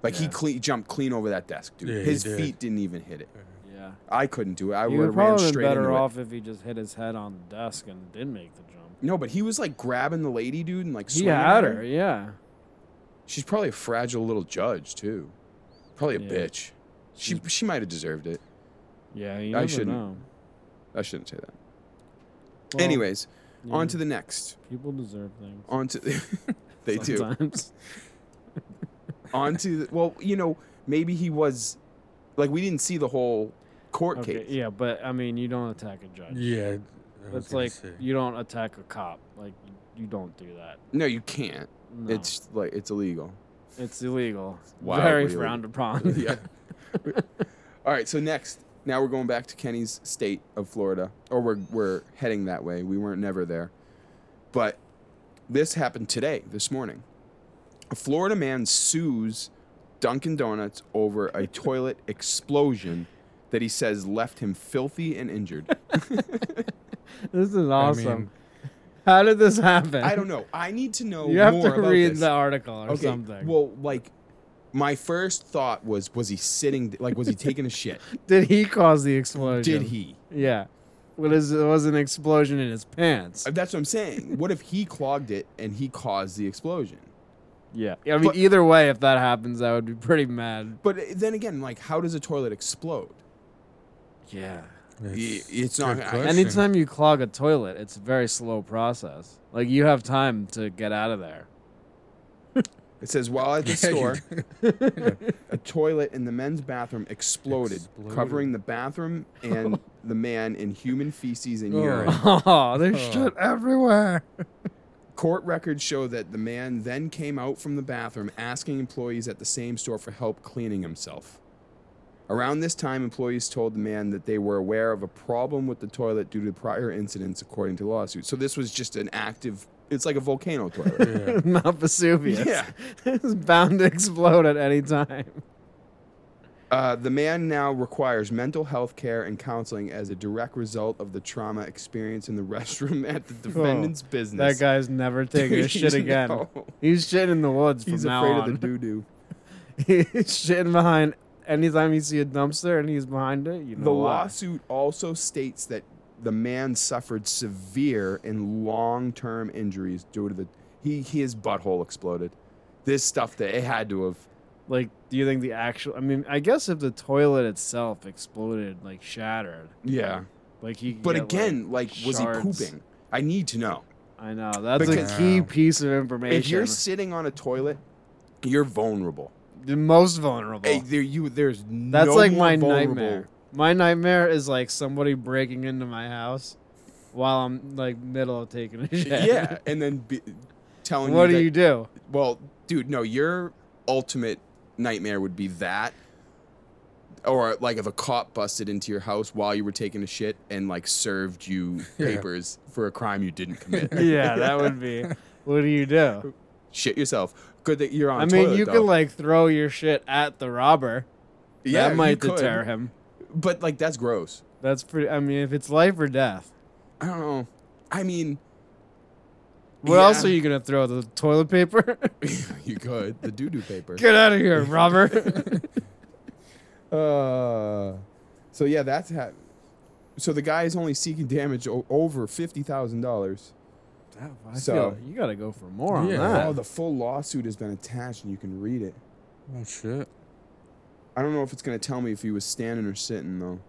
Like he Yeah. cle- jumped clean over that desk, dude. Yeah, he his did. feet didn't even hit it. Yeah. I couldn't do it. I He would would have ran probably been straight better into off if he just hit his head on the desk and didn't make the jump. it. No, but he was like grabbing the lady, dude, and like He swinging at had her, yeah. She's probably a fragile little judge too. Probably a Yeah. Mm. bitch. She she might have deserved it. Yeah, you I never shouldn't. know. I shouldn't say that. Well, Anyways, you on know, to the next. people deserve things. On to they do. sometimes. on to the, well, you know, maybe he was like we didn't see the whole court Okay, case. yeah, but I mean, you don't attack a judge. Yeah. I I was That's gonna like say. you don't attack a cop. Like you don't do that. No, you can't. No. It's like it's illegal. it's illegal. wildly Very illegal. frowned upon. yeah. All right. So next, now we're going back to Kenny's state of Florida, or we're we're heading that way. We weren't never there, but this happened today, this morning. A Florida man sues Dunkin' Donuts over a toilet explosion that he says left him filthy and injured. This is I awesome. mean, How did this happen? I don't know. I need to know You have more to about read this. the article or okay, something. Well, like my first thought was was he sitting like was he taking a shit? did he cause the explosion? Did he? Yeah. What is it was an explosion in his pants. Uh, That's what I'm saying. What if he clogged it and he caused the explosion? Yeah. I mean But- either way if that happens I would be pretty mad. But uh, then again, like, how does a toilet explode? Yeah. it's not- good I- question. Anytime you clog a toilet, it's a very slow process. Like you have time to get out of there. It says while at the Yeah, you store, a toilet in the men's bathroom exploded, Exploded. covering the bathroom and the man in human feces and Oh. urine. Oh, there's Oh. shit everywhere. Court records show that the man then came out from the bathroom asking employees at the same store for help cleaning himself. Around this time, employees told the man that they were aware of a problem with the toilet due to prior incidents, according to lawsuit. So this was just an active. It's like a volcano toilet. Yeah. Mount Vesuvius. Yeah. it's bound to explode at any time. uh, the man now requires mental health care and counseling as a direct result of the trauma experienced in the restroom at the defendant's business. Oh, That guy's never taking a shit again. No. He's shitting in the woods from He's now afraid on. of the doo doo. he's shitting behind anytime you see a dumpster and he's behind it. You know The why. lawsuit also states that the man suffered severe and long-term injuries due to the he his butthole exploded. This stuff that it had to have. Like, do you think the actual? I mean, I guess if the toilet itself exploded, like shattered, Yeah, like he. could but get, again, like, was he shards. pooping? I need to know. I know that's Because- a key piece of information. If you're sitting on a toilet, you're vulnerable. the most vulnerable. Hey, there you there's that's no like more my vulnerable- nightmare. My nightmare is like somebody breaking into my house while I'm like middle of taking a shit. Yeah, and then be, telling what you, do that- you do? Well, dude, no, your ultimate nightmare would be that. Or like if a cop busted into your house while you were taking a shit and like served you Yeah. papers for a crime you didn't commit. Yeah, that would be. What do you do? shit yourself. Good that you're on. I mean, toilet, you though. could like throw your shit at the robber. yeah, that you might could, deter him. But like that's gross. That's pretty. I mean, if it's life or death, I don't know. I mean, what else Yeah. are you gonna throw? The toilet paper? you could the doo doo paper. Get out of here, robber! Uh, so yeah, that's ha- so the guy is only seeking damage o- over fifty thousand dollars. I So- feel- you gotta go for more on Yeah. Oh, that. the full lawsuit has been attached, and you can read it. Oh shit. I don't know if it's gonna tell me if he was standing or sitting though.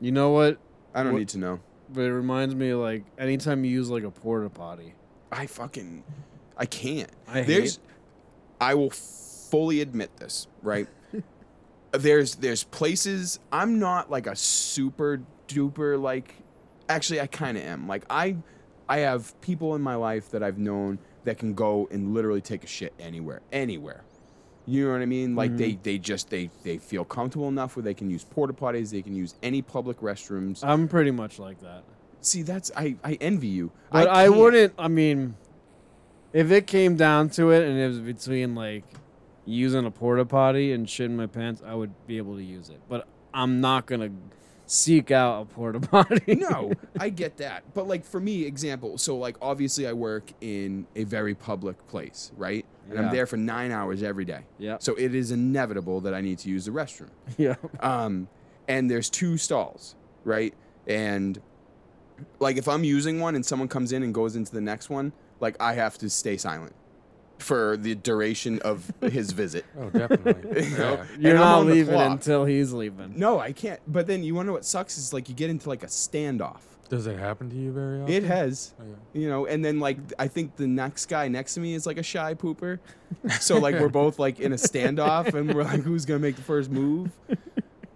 You know what? I don't What- need to know. But it reminds me like anytime you use like a porta potty. I fucking, I can't. I There's, I will fully admit this, right? there's there's places I'm not like a super duper like. Actually, I kind of am. Like I, I have people in my life that I've known that can go and literally take a shit anywhere, anywhere. You know what I mean? Like they Mm-hmm. they just they they feel comfortable enough where they can use porta potties, they can use any public restrooms. I'm pretty much like that. See, that's I I envy you. But I, can't. wouldn't. I mean, if it came down to it, and it was between like using a porta potty and shitting my pants, I would be able to use it. But I'm not gonna seek out a porta potty. no, I get that. But like for me, example, so like obviously I work in a very public place, right? And Yeah. I'm there for 9 hours every day. Yeah. So it is inevitable that I need to use the restroom. Yeah. Um and there's two stalls, right? And like if I'm using one and someone comes in and goes into the next one, like I have to stay silent for the duration of his visit. Oh, definitely. You know? Yeah. And You're I'm not on the leaving clock. until he's leaving. No, I can't. But then you wonder what sucks is like you get into like a standoff. Does it happen to you very often? It has Oh, yeah. you know and then like i think the next guy next to me is like a shy pooper so like we're both like in a standoff and we're like who's gonna make the first move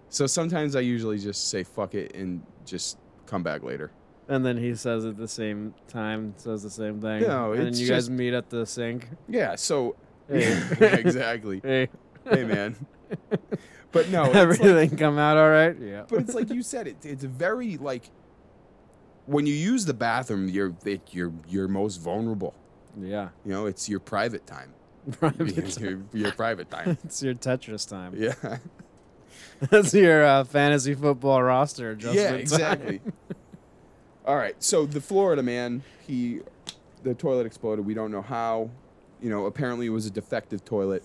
so sometimes i usually just say fuck it and just come back later And then he says at the same time, says the same thing. No, and then it's you just- guys meet at the sink. Yeah. So Hey. Yeah, exactly. hey, hey, man. But no, it's like- everything come out all right? Yeah. but it's like you said, it, it's very like when you use the bathroom, you're it, you're you're most vulnerable. yeah. You know, it's your private time. Private time. your, your private time. It's your Tetris time. Yeah. That's your uh, fantasy football roster yeah. adjustment. time. Exactly. All right. So the Florida man, he, the toilet exploded. We don't know how. You know, apparently it was a defective toilet.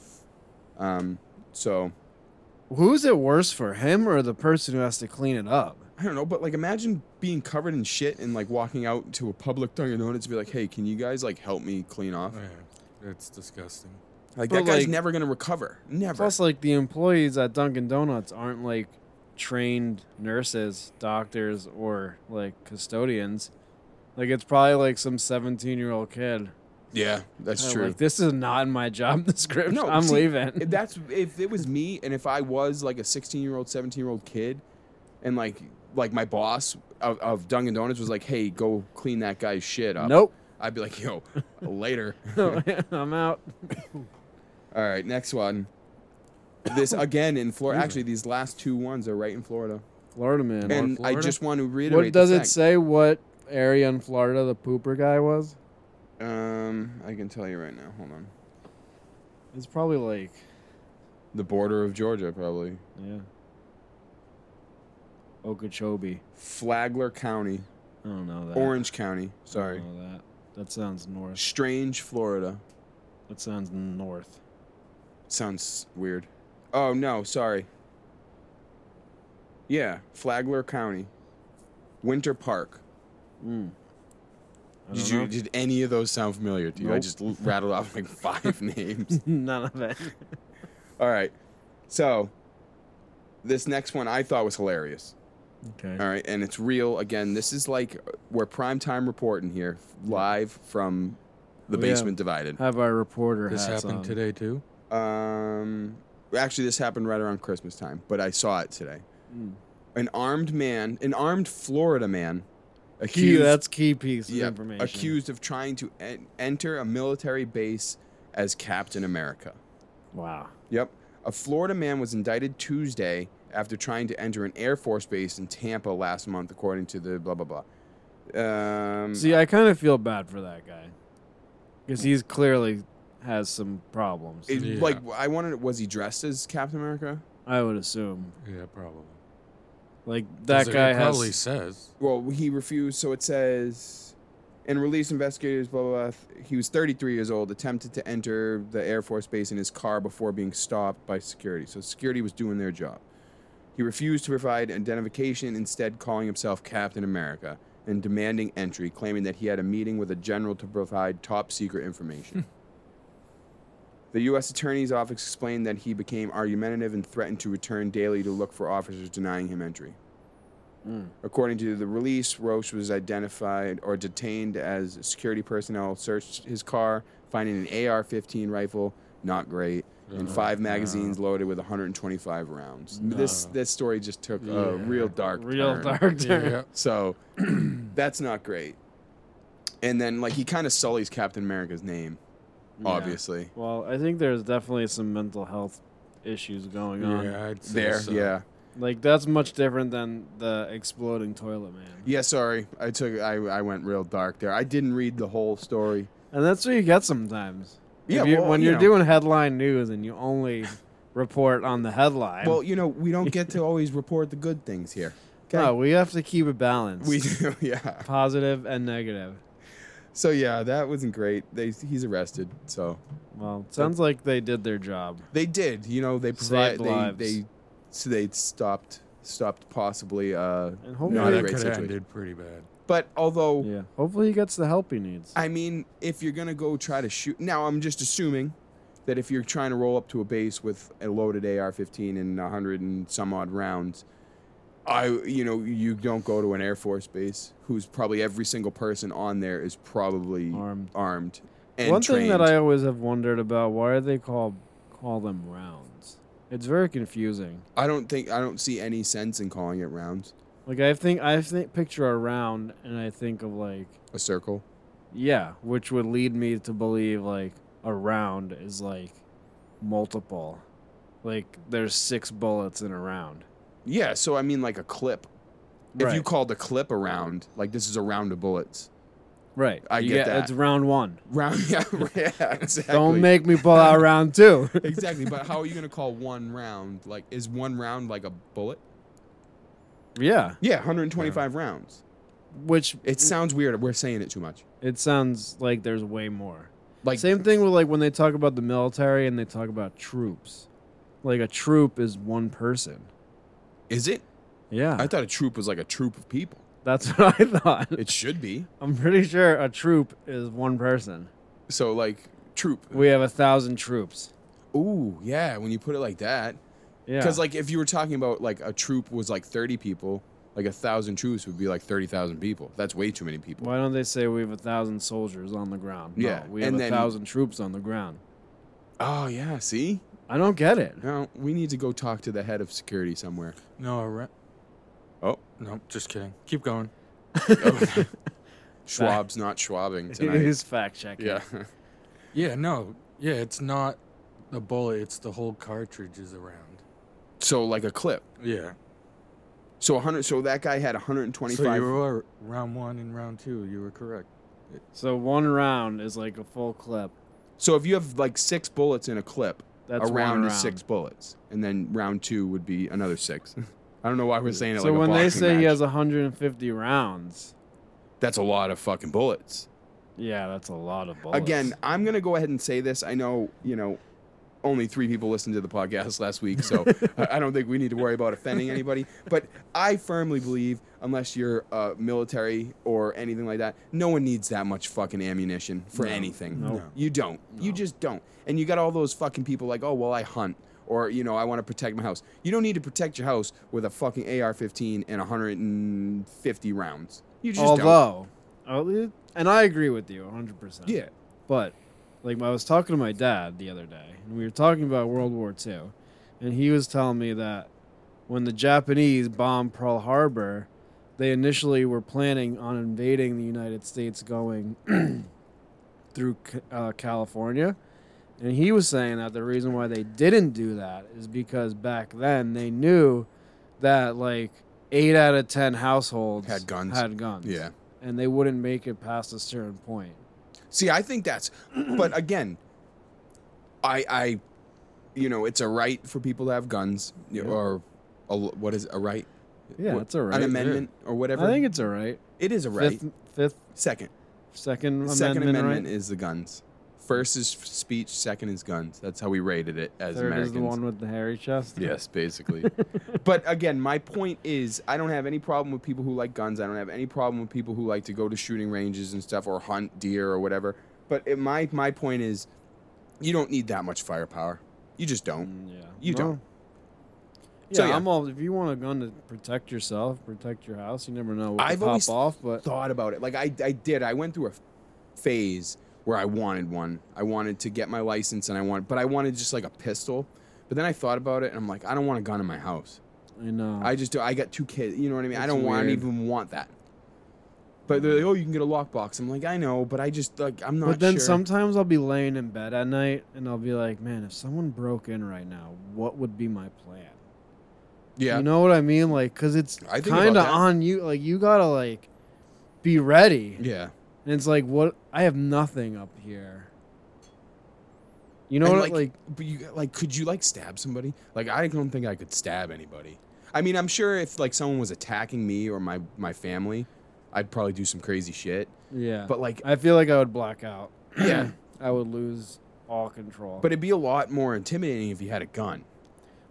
Um. So Who's it worse for, him or the person who has to clean it up? I don't know, but like imagine being covered in shit and like walking out to a public Dunkin' Donuts and be like, "Hey, can you guys like help me clean off?" Oh, Yeah, it's disgusting. Like But, that guy's like- never gonna recover. Never. Plus, like the employees at Dunkin' Donuts aren't like trained nurses, doctors, or like custodians. Like it's probably like some seventeen-year-old kid. yeah, that's I'm true. Like this is not in my job description. No, I'm see, leaving. if that's if it was me and if I was like a 16 year old, 17 year old kid, and like like my boss of, of Dunkin' Donuts was like, "Hey, go clean that guy's shit up." nope. I'd be like, "Yo, later." I'm out. All right, next one. This again in Florida. Actually, these last two ones are right in Florida. Florida man. and I Florida? just want to reiterate. what does the it fact- say? What area in Florida the pooper guy was? Um, I can tell you right now. Hold on. It's probably like The border of Georgia, probably. yeah. Okeechobee. Flagler County, I don't know that. Orange County. Sorry. I don't know that. That sounds north. Strange, Florida. That sounds north. Sounds weird. Oh no, sorry. Yeah, Flagler County, Winter Park. Mm. I Hmm. Did don't you? know. Did any of those sound familiar to you? I Nope. just l- rattled off like five names. None of it. All right. So, this next one I thought was hilarious. Okay. All right, and it's real. Again, this is like we're primetime reporting here, live from the Oh, yeah. basement divided. Have our reporter. This hats happened on. today too. Um, actually, this happened right around Christmas time, but I saw it today. Mm. An armed man, an armed Florida man, Key. accused, That's key piece of yeah, information. accused of trying to en- enter a military base as Captain America. Wow. Yep. A Florida man was indicted Tuesday after trying to enter an Air Force base in Tampa last month, according to the blah, blah, blah. Um, See, I kind of feel bad for that guy, because he's clearly has some problems. It, Yeah. Like I wanted, was he dressed as Captain America? I would assume. Yeah, probably. Like 'Cause that guy it probably has. says. Well, he refused, so it says. And release investigators, blah, blah, blah. He was 33 years old, attempted to enter the Air Force Base in his car before being stopped by security. So security was doing their job. He refused to provide identification, instead, calling himself Captain America and demanding entry, claiming that he had a meeting with a general to provide top secret information. the U.S. Attorney's Office explained that he became argumentative and threatened to return daily to look for officers denying him entry. Mm. According to the release, Roche was identified or detained as security personnel searched his car, finding an AR 15 rifle, not great, and Uh, five no. magazines loaded with 125 rounds. No. This, this story just took a Yeah. real dark Real turn. dark turn. Yeah. So that's not great. And then, like, he kind of sullies Captain America's name, Yeah. obviously. Well, I think there's definitely some mental health issues going on. Yeah, I'd say There, so. yeah. Like that's much different than the exploding toilet man. Yeah, sorry. I took I, I went real dark there. I didn't read the whole story. And that's what you get sometimes. Yeah, If you- well, when you you're know. doing headline news and you only report on the headline. Well, you know, we don't get to always report the good things here. no, we have to keep it balanced. We do, yeah. positive and negative. So yeah, that wasn't great. They he's arrested. So Well, it sounds like they did their job. they did, you know, they provide Saved they, lives. they so they stopped stopped possibly uh And No, hopefully Yeah, Not a that great could have situation. ended pretty bad. but although Yeah. Hopefully he gets the help he needs. I mean, if you're going to go try to shoot now I'm just assuming that if you're trying to roll up to a base with a loaded AR-15 and 100 and some odd rounds, I you know, you don't go to an Air Force base who's probably every single person on there is probably Armed. armed and Um, One trained. thing that I always have wondered about, why do they call call them rounds? It's very confusing. I don't think I don't see any sense in calling it rounds. Like I think I think picture a round and I think of like A circle. yeah, which would lead me to believe like a round is like multiple. Like there's six bullets in a round. Yeah, so I mean like a clip. If you Right. called a clip a round, like this is a round of bullets. right. I You get that. It's round 1. Round, yeah, yeah, exactly. Don't make me pull out round 2. exactly. But how are you gonna call one round like is one round like a bullet? yeah, Yeah, 125 rounds. which It sounds weird. We're saying it too much. it sounds like there's way more. Like Same thing with like when they talk about the military and they talk about troops. Like a troop is one person. is it? Yeah. I thought a troop was like a troop of people. that's what I thought. It should be. I'm pretty sure a troop is one person. So like troop. We have a thousand troops. Ooh, yeah, when you put it like that. Yeah. Because like if you were talking about like a troop was like 30 people, like a thousand troops would be like 30,000 people. That's way too many people. why don't they say we have a thousand soldiers on the ground? No, Yeah, we and have a then- thousand troops on the ground. Oh yeah, see? I don't get it. Now we need to go talk to the head of security somewhere. No, a ra- Oh. no, just kidding. Keep going. Schwab's not schwabbing It tonight. is fact checking. Yeah. Yeah, no, yeah, it's not a bullet. It's the whole cartridge is around. So like a clip. Yeah. So 100 so that guy had So 125 you were round one and round two. You were correct. So one round is like a full clip. So if you have like 6 bullets in a clip, That's a one round is round. 6 bullets and then round 2 would be another 6. I don't know why we're saying it So like a when they boxing say he match. has 150 rounds, that's a lot of fucking bullets. yeah, that's a lot of bullets. Again, I'm going to go ahead and say this. I know, you know, only three people listened to the podcast last week, so I I don't think we need to worry about offending anybody. But I firmly believe, unless you're uh, military or anything like that, no one needs that much fucking ammunition for No. anything. No. You don't. You No. just don't. And you got all those fucking people like, oh, well, I hunt. Or, you know, I want to protect my house. You don't need to protect your house with a fucking AR 15 and 150 rounds. You just don't. Oh, although, although- and I agree with you 100%. Yeah. But like I was talking to my dad the other day, and we were talking about World War II, and he was telling me that when the Japanese bombed Pearl Harbor, they initially were planning on invading the United States going through Ca- uh, California. And he was saying that the reason why they didn't do that is because back then they knew that like eight out of ten households Had guns. Had guns. Yeah. And they wouldn't make it past a certain point. See, I think that's, but again, I, I, you know, it's a right for people to have guns you know, Yeah. or a, what is it, a right? Yeah, What- it's all right. An amendment or whatever. I think it's all right. it is a right. Fifth, fifth, second, second, second amendment, amendment right? is the guns. First is f- speech. Second is guns. That's how we rated it as Third Americans. is the one with the hairy chest. Yes, basically. but again, my point is I don't have any problem with people who like guns. I don't have any problem with people who like to go to shooting ranges and stuff or hunt deer or whatever. But it, my my point is you don't need that much firepower. You just don't. Mm, Yeah. You No. don't. Yeah, So, yeah. I'm all. If you want a gun to protect yourself, protect your house, you never know what I've could pop always off. But Thought about it. Like I I did. I went through a phase where I wanted one. I wanted to get my license and I wanted but I wanted just like a pistol. But then I thought about it and I'm like, I don't want a gun in my house. I know. I just do. I got two kids. You know what I mean? I That's don't want. I don't weird. even want that. But they're like, oh, you can get a lockbox. I'm like, I know, but I just like, I'm not. but then sure. sometimes I'll be laying in bed at night and I'll be like, man, if someone broke in right now, what would be my plan? Yeah. You know what I mean? Like, cause it's I think about kind of that. on you. Like, you gotta like be ready. yeah. And it's like, what? I have nothing up here. You know And, what? Like, but you like, could you like stab somebody? Like, I don't think I could stab anybody. I mean, I'm sure if like someone was attacking me or my my family, I'd probably do some crazy shit. yeah. But like, I feel like I would black out. yeah. I would lose all control. But it'd be a lot more intimidating if you had a gun.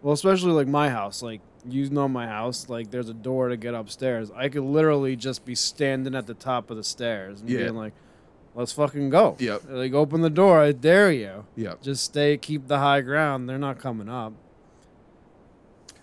well, especially like my house. Like, you know my house. Like, there's a door to get upstairs. I could literally just be standing at the top of the stairs and Yeah. being like, "Let's fucking go." Yep. Like, open the door. I dare you. Yeah. Just stay. Keep the high ground. They're not coming up.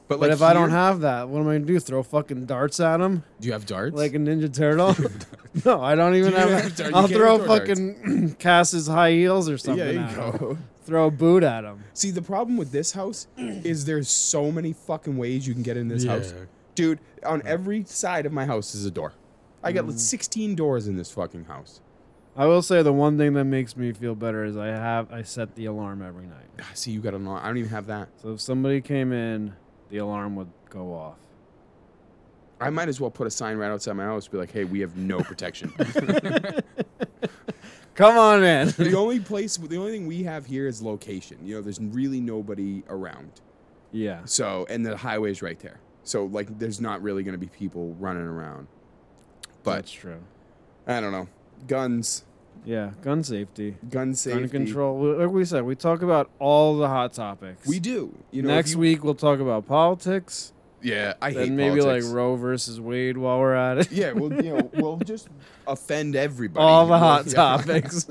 But but like, if I don't here- have that, what am I gonna do? Throw fucking darts at them? do you have darts? like a ninja turtle. no, I don't even You have. have dart- you I'll can't throw throw darts. fucking Cass's high heels or yeah, something. there at you him. go. Throw a boot at him. See, the problem with this house is there's so many fucking ways you can get in this house. Dude, on Hmm. every side of my house is a door. I got like 16 doors in this fucking house. I will say the one thing that makes me feel better is I have I set the alarm every night. Ah, See, you got an alarm. I don't even have that. So if somebody came in, the alarm would go off. I might as well put a sign right outside my house, be like, "Hey, we have no protection." Come on in. the only place, the only thing we have here is location. You know, there's really nobody around. yeah. So, and the highway's right there. So, like, there's not really going to be people running around. But that's true. I don't know. Guns, Yeah, gun safety, gun safety. gun control. We- Like we said, we talk about all the hot topics. We do. You know, if Next you- week we'll talk about politics. Yeah, I hate then maybe politics. like Roe versus Wade while we're at it. Yeah, well, you know, we'll just offend everybody. all the We'll- hot yeah. topics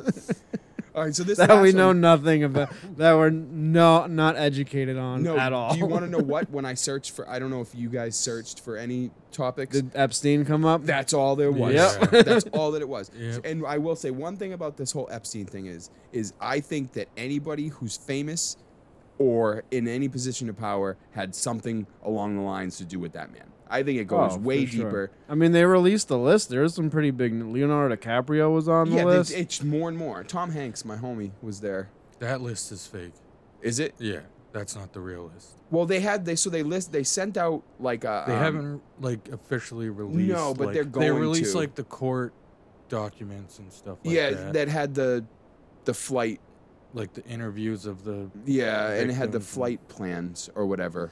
All right, so this that we last know one- nothing about, that we're no not educated on no, at all. Do you want to know what? When I searched for, I don't know if you guys searched for any topics. Did Epstein come up? That's all there was. Yep. That's all that it was. Yep. And I will say one thing about this whole Epstein thing is is I think that anybody who's famous or in any position of power had something along the lines to do with that man. I think it goes Oh, way for sure. deeper. I mean, they released the list. There's some pretty big. Leonardo DiCaprio was on the yeah, list. they- it's more and more. Tom Hanks, my homie, was there. That list is fake. Is it? Yeah, that's not the real list. Well, they had they so they list they sent out like a They um, haven't like officially released. No, but like- they're They going release to. like the court documents and stuff. Like yeah that. that had the the flight like the interviews of the. yeah and it had the Victims and- flight plans or whatever.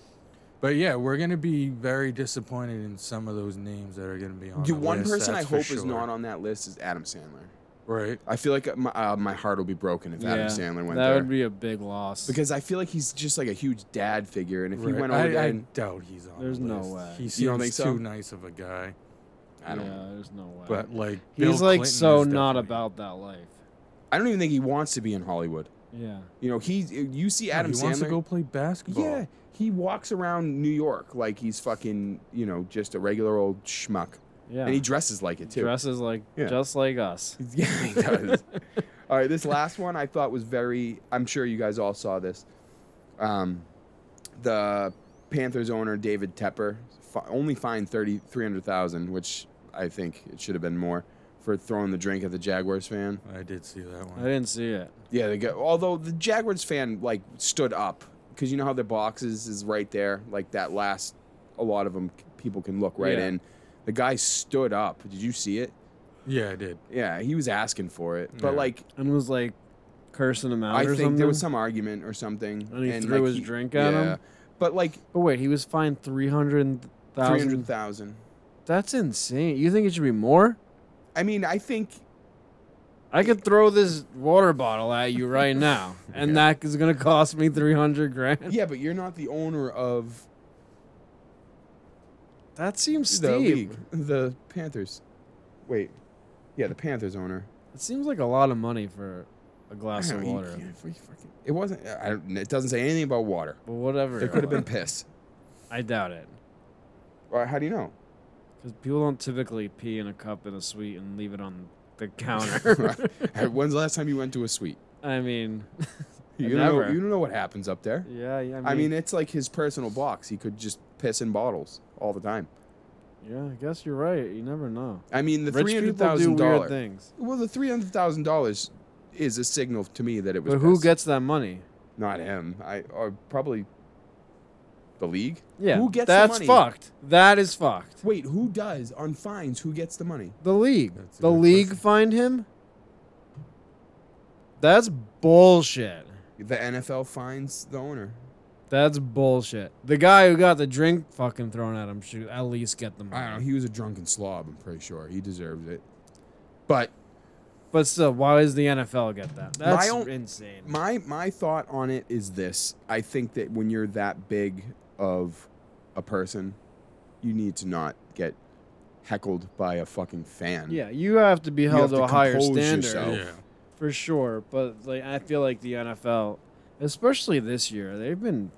But yeah, we're gonna be very disappointed in some of those names that are gonna be on. The the one list, person I that's for hope is sure. not on that list is Adam Sandler. Right. I feel like my, uh, my heart will be broken if Yeah, Adam Sandler that went there. would be a big loss. because I feel like he's just like a huge dad figure, and if he Right. went over I, there, I and, doubt he's on. There's the no list. way. He You don't think seems so? too nice of a guy. I don't, Yeah, there's no way. But like, he's Bill like Clinton so is not definitely- about that life. I don't even think he wants to be in Hollywood. Yeah. You know, he you see No, Adam he Sandler. wants to go play basketball. yeah, he walks around New York like he's fucking you know just a regular old schmuck, Yeah. and he dresses like it too. dresses like Yeah. just like us. Yeah, he does. all right, this last one I thought was very. I'm sure you guys all saw this. Um, the Panthers owner David Tepper fi- only fined thirty three hundred thousand, which I think it should have been more for throwing the drink at the Jaguars fan. I did see that I one. didn't see it. Yeah, they go. Although the Jaguars fan like stood up because you know how their boxes is right there, like that last. A lot of them people can look right Yeah. in. The guy stood up. Did you see it? Yeah, I did. Yeah, he was asking for it, but Yeah. like And was like cursing him out I or think something. there was some argument or something. And he threw his drink at him? But like But wait, he was fined three hundred three hundred thousand. thousand. That's insane. You think it should be more? I mean, I think I could throw this water bottle at you right now, and that is gonna cost me three hundred grand. yeah, but you're not the owner of That seems the steep. league, the Panthers. Wait, yeah, the Panthers owner. It seems like a lot of money for a glass I of don't know, you water. can't- you fucking- it wasn't. I don't, it doesn't say anything about water. But whatever. There it could have been was. piss. I doubt it. Or how do you know? Because people don't typically pee in a cup in a suite and leave it on the counter. Hey, When's the last time you went to a suite? I mean, You don't know. Never. You don't know what happens up there. yeah, yeah. I mean, it's like his personal box. He could just piss in bottles all the time. yeah, I guess you're right. You never know. I mean, the Rich three people hundred do thousand weird dollars. things. Well, the three hundred thousand dollars is a signal to me that it was. But who piss. gets that money? Not him. I or probably the league. Yeah, Who gets the that's money? fucked. That is fucked. Wait, who does on fines? Who gets the money? The league. That's a the good league question. fined him. That's bullshit. The NFL fines the owner. That's bullshit. The guy who got the drink fucking thrown at him should at least get the I don't know. money. He was a drunken slob. I'm pretty sure he deserves it. But But still, why does the NFL get that? That's own- insane. my my thought on it is this: I think that when you're that big of a person, you need to not get heckled by a fucking fan. yeah, you have to be have held to, to a higher compose standard. yourself. Yeah. for sure. But like, I feel like the NFL, especially this year, they've been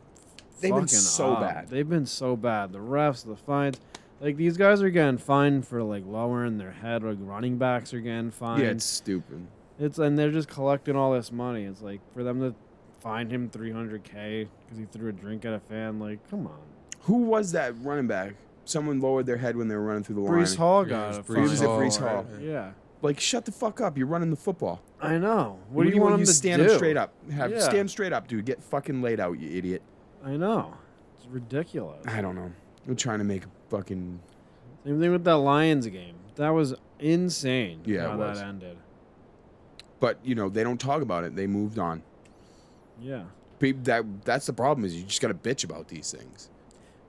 They've been fucking so up. bad. They've been so bad. The refs, the fines, like these guys are getting fined for like lowering their head. Like running backs are getting fined. yeah, it's stupid. It's- and they're just collecting all this money. It's like for them to fine him 300k because he threw a drink at a fan. Like, come on. Who was that running back? someone lowered their head when they were running through the Brees line. Hall Yeah, got it it. was Brees fine. Hall. It was at Brees Hall. Yeah. Yeah. Like, shut the fuck up! You're running the football. I know. What, do you, want him you to stand do? up straight up? Have Yeah. stand straight up, dude. Get fucking laid out, you idiot. I know. It's ridiculous. I don't know. I'm trying to make fucking Same thing with that Lions game. That was insane. Yeah, it how was. that ended. but you know they don't talk about it. They moved on. Yeah. Pe- That that's the problem is you just gotta bitch about these things.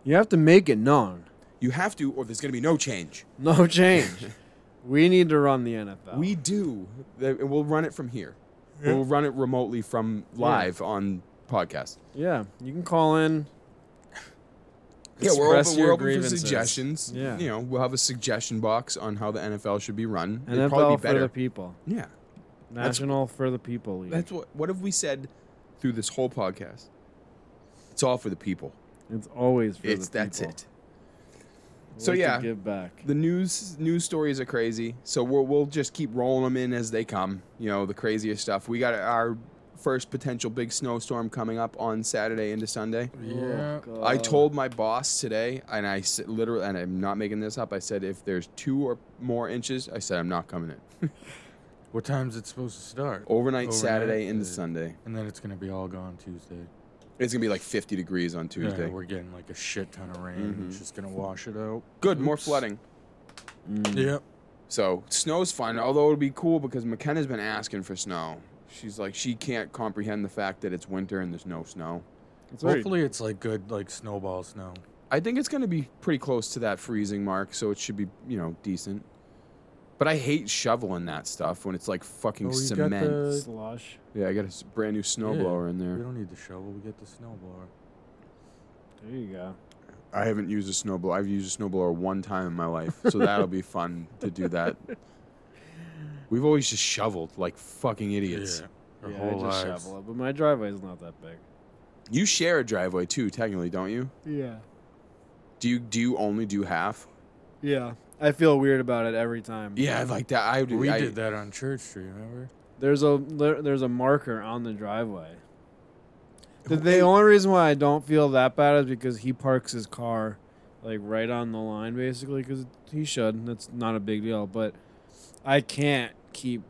You have to make it known. You have to, or there's gonna be no change. No change. we need to run the NFL. We do. Th- and We'll run it from here. We'll run it remotely from live on podcast. yeah. You can call in. Yeah, we're Express open, your we're open for grievances. suggestions. Yeah. you know we'll have a suggestion box on how the NFL should be run. It'd probably NFL be for the better. people. Yeah, That's- National for the people league. that's what. What have we said through this whole podcast? It's all for the people. It's always for it's the people. that's it. We So like to yeah. give back. the news news stories are crazy so we'll, we'll just keep rolling them in as they come you know the craziest stuff we got our first potential big snowstorm coming up on saturday into sunday Yeah. Oh, i God. told my boss today and i s- literally and i'm not making this up i said if there's two or more inches i said i'm not coming in What time's it supposed to start? overnight, saturday Overnight, into uh, sunday And then it's gonna be all gone Tuesday. it's gonna be like 50 degrees on Yeah, tuesday we're getting like a shit ton of rain. Mhm. It's just gonna wash it out. good more Oops. flooding Mm-hmm. Mm. Yep. so snow's fun although it'll be cool because mckenna's been asking for snow she's like she can't comprehend the fact that it's winter and there's no snow It's already- Hopefully it's like good like snowball snow. I think it's going to be pretty close to that freezing mark, so it should be, you know, decent. But I hate shoveling that stuff when it's like fucking Oh, you got cement. the- slush. Yeah, I got a s- brand new snowblower in We there. don't need the shovel. We get the snowblower. There you go. I haven't used a snowblower. I've used a snowblower one time in my life, so that'll be fun to do that. We've always just shoveled like fucking idiots. Our yeah, whole I just lives. shovel it, but my driveway is not that big. You share a driveway too, technically, don't you? Yeah. Do you do you only do half? Yeah. I feel weird about it every time. Yeah, like that. I We I- did that on Church Street, remember? There's a there- there's a marker on the driveway. The, Hey, the only reason why I don't feel that bad is because he parks his car like right on the line basically because he should. That's not a big deal, but I can't keep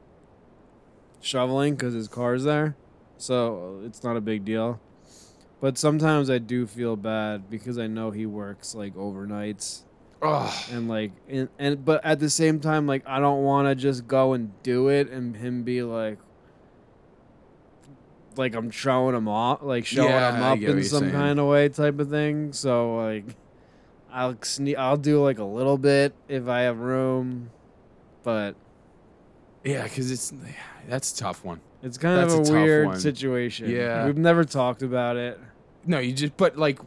shoveling because his car's there, so it's not a big deal. But sometimes I do feel bad because I know he works like overnights ugh. and like and, and but at the same time like i don't want to just go and do it and him be like like i'm showing him off like showing Yeah, him I up get what in you're some saying. kind of way type of thing so like i'll sne- i'll do like a little bit if i have room but Yeah, because it's that's a tough one. it's kind That's a of tough a, weird one. situation Yeah. we've never talked about it No, you just but like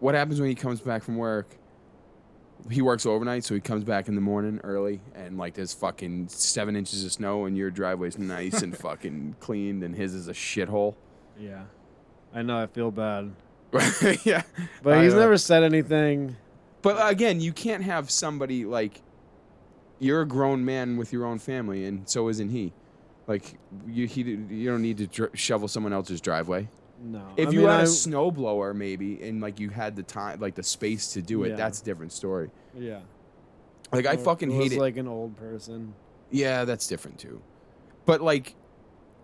what happens when he comes back from work? He works overnight, so he comes back in the morning early and like there's fucking seven inches of snow and your driveway's nice and fucking cleaned and his is a shithole. yeah i know i feel bad yeah. but I he's know. never said anything But uh, again, you can't have somebody like you're a grown man with your own family and so isn't he. Like you he you don't need to dr- shovel someone else's driveway. no If I you mean, had a I- snowblower maybe and like you had the time like the space to do it, Yeah. that's a different story. yeah Like I Or fucking was hate it. like an old person yeah, that's different too. But like,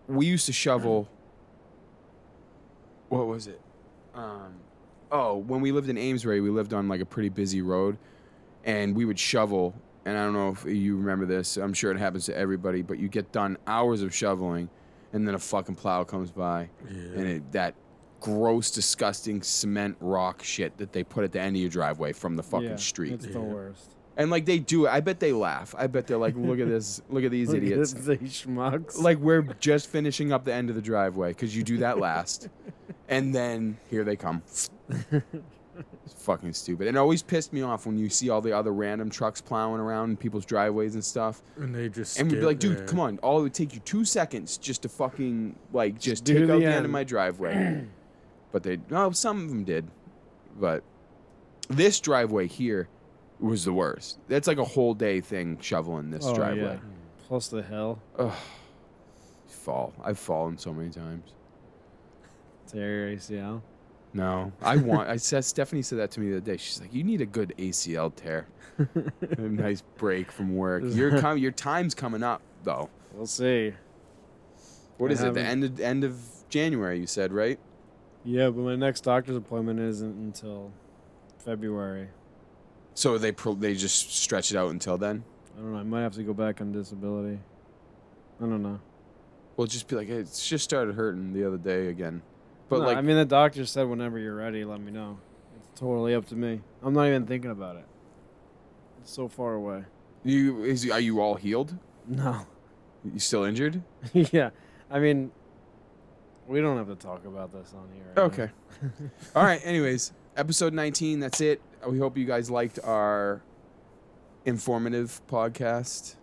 we used to shovel. What was it? Um, oh, when we lived in Amesbury, we lived on like a pretty busy road, and we would shovel. And I don't know if you remember this. I'm sure it happens to everybody, but you get done hours of shoveling, and then a fucking plow comes by, Yeah. and it, that gross, disgusting cement rock shit that they put at the end of your driveway from the fucking Yeah, street. It's the Yeah. worst. And like they do it. I bet they laugh. I bet they're like, look at this, look at these Look at idiots. These schmucks. Like we're just finishing up the end of the driveway because you do that last, and then here they come. It's fucking stupid. And it always pissed me off when you see all the other random trucks plowing around in people's driveways and stuff. And they just And we'd be skip like, dude, there. come on! All it would take you two seconds just to fucking like just Do take the out the end of end. my driveway. but they no, some of them did, but this driveway here was the worst. That's like a whole day thing shoveling this Oh, driveway. yeah. Plus the hill. Ugh. Fall. I've fallen so many times. Tear your ACL. No, I want. I said Stephanie said that to me the other day. She's like, "You need a good ACL tear, a nice break from work. Your com- your time's coming up though. We'll see. What I is it? The haven't- end of end of January, you said, right? Yeah, but my next doctor's appointment isn't until February. So they pro- they just stretch it out until then. I don't know. I might have to go back on disability. I don't know. Well, just be like, hey, it's just started hurting the other day again. But No, like, I mean, the doctor said whenever you're ready, let me know. It's totally up to me. I'm not even thinking about it. It's so far away. you is are you all healed? No. You still injured? yeah. I mean, we don't have to talk about this on here. right Okay. All right. Anyways, episode 19. That's it. We hope you guys liked our informative podcast now.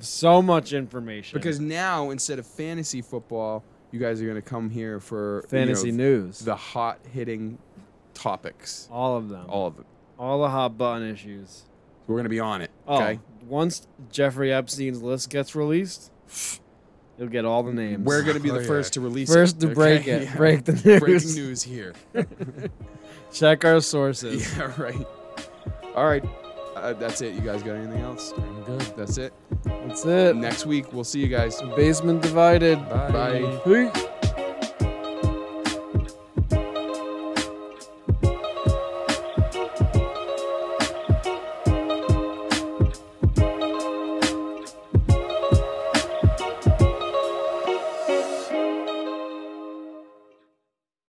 So much information. because now instead of fantasy football, you guys are gonna come here for you fantasy know, news, the hot hitting topics, all of them, all, all of them. the hot button issues. We're gonna be on it. Oh, Okay. once Jeffrey Epstein's list gets released, you'll get all the names. We're gonna be Oh, the yeah. first to release first it, to break okay? it, Yeah. break the news. Breaking news here. Check our sources. yeah. Right. All right. Uh, that's it. You guys got anything else? I'm good. That's it. That's it. Next week, we'll see you guys. Basement divided. Bye. Peace.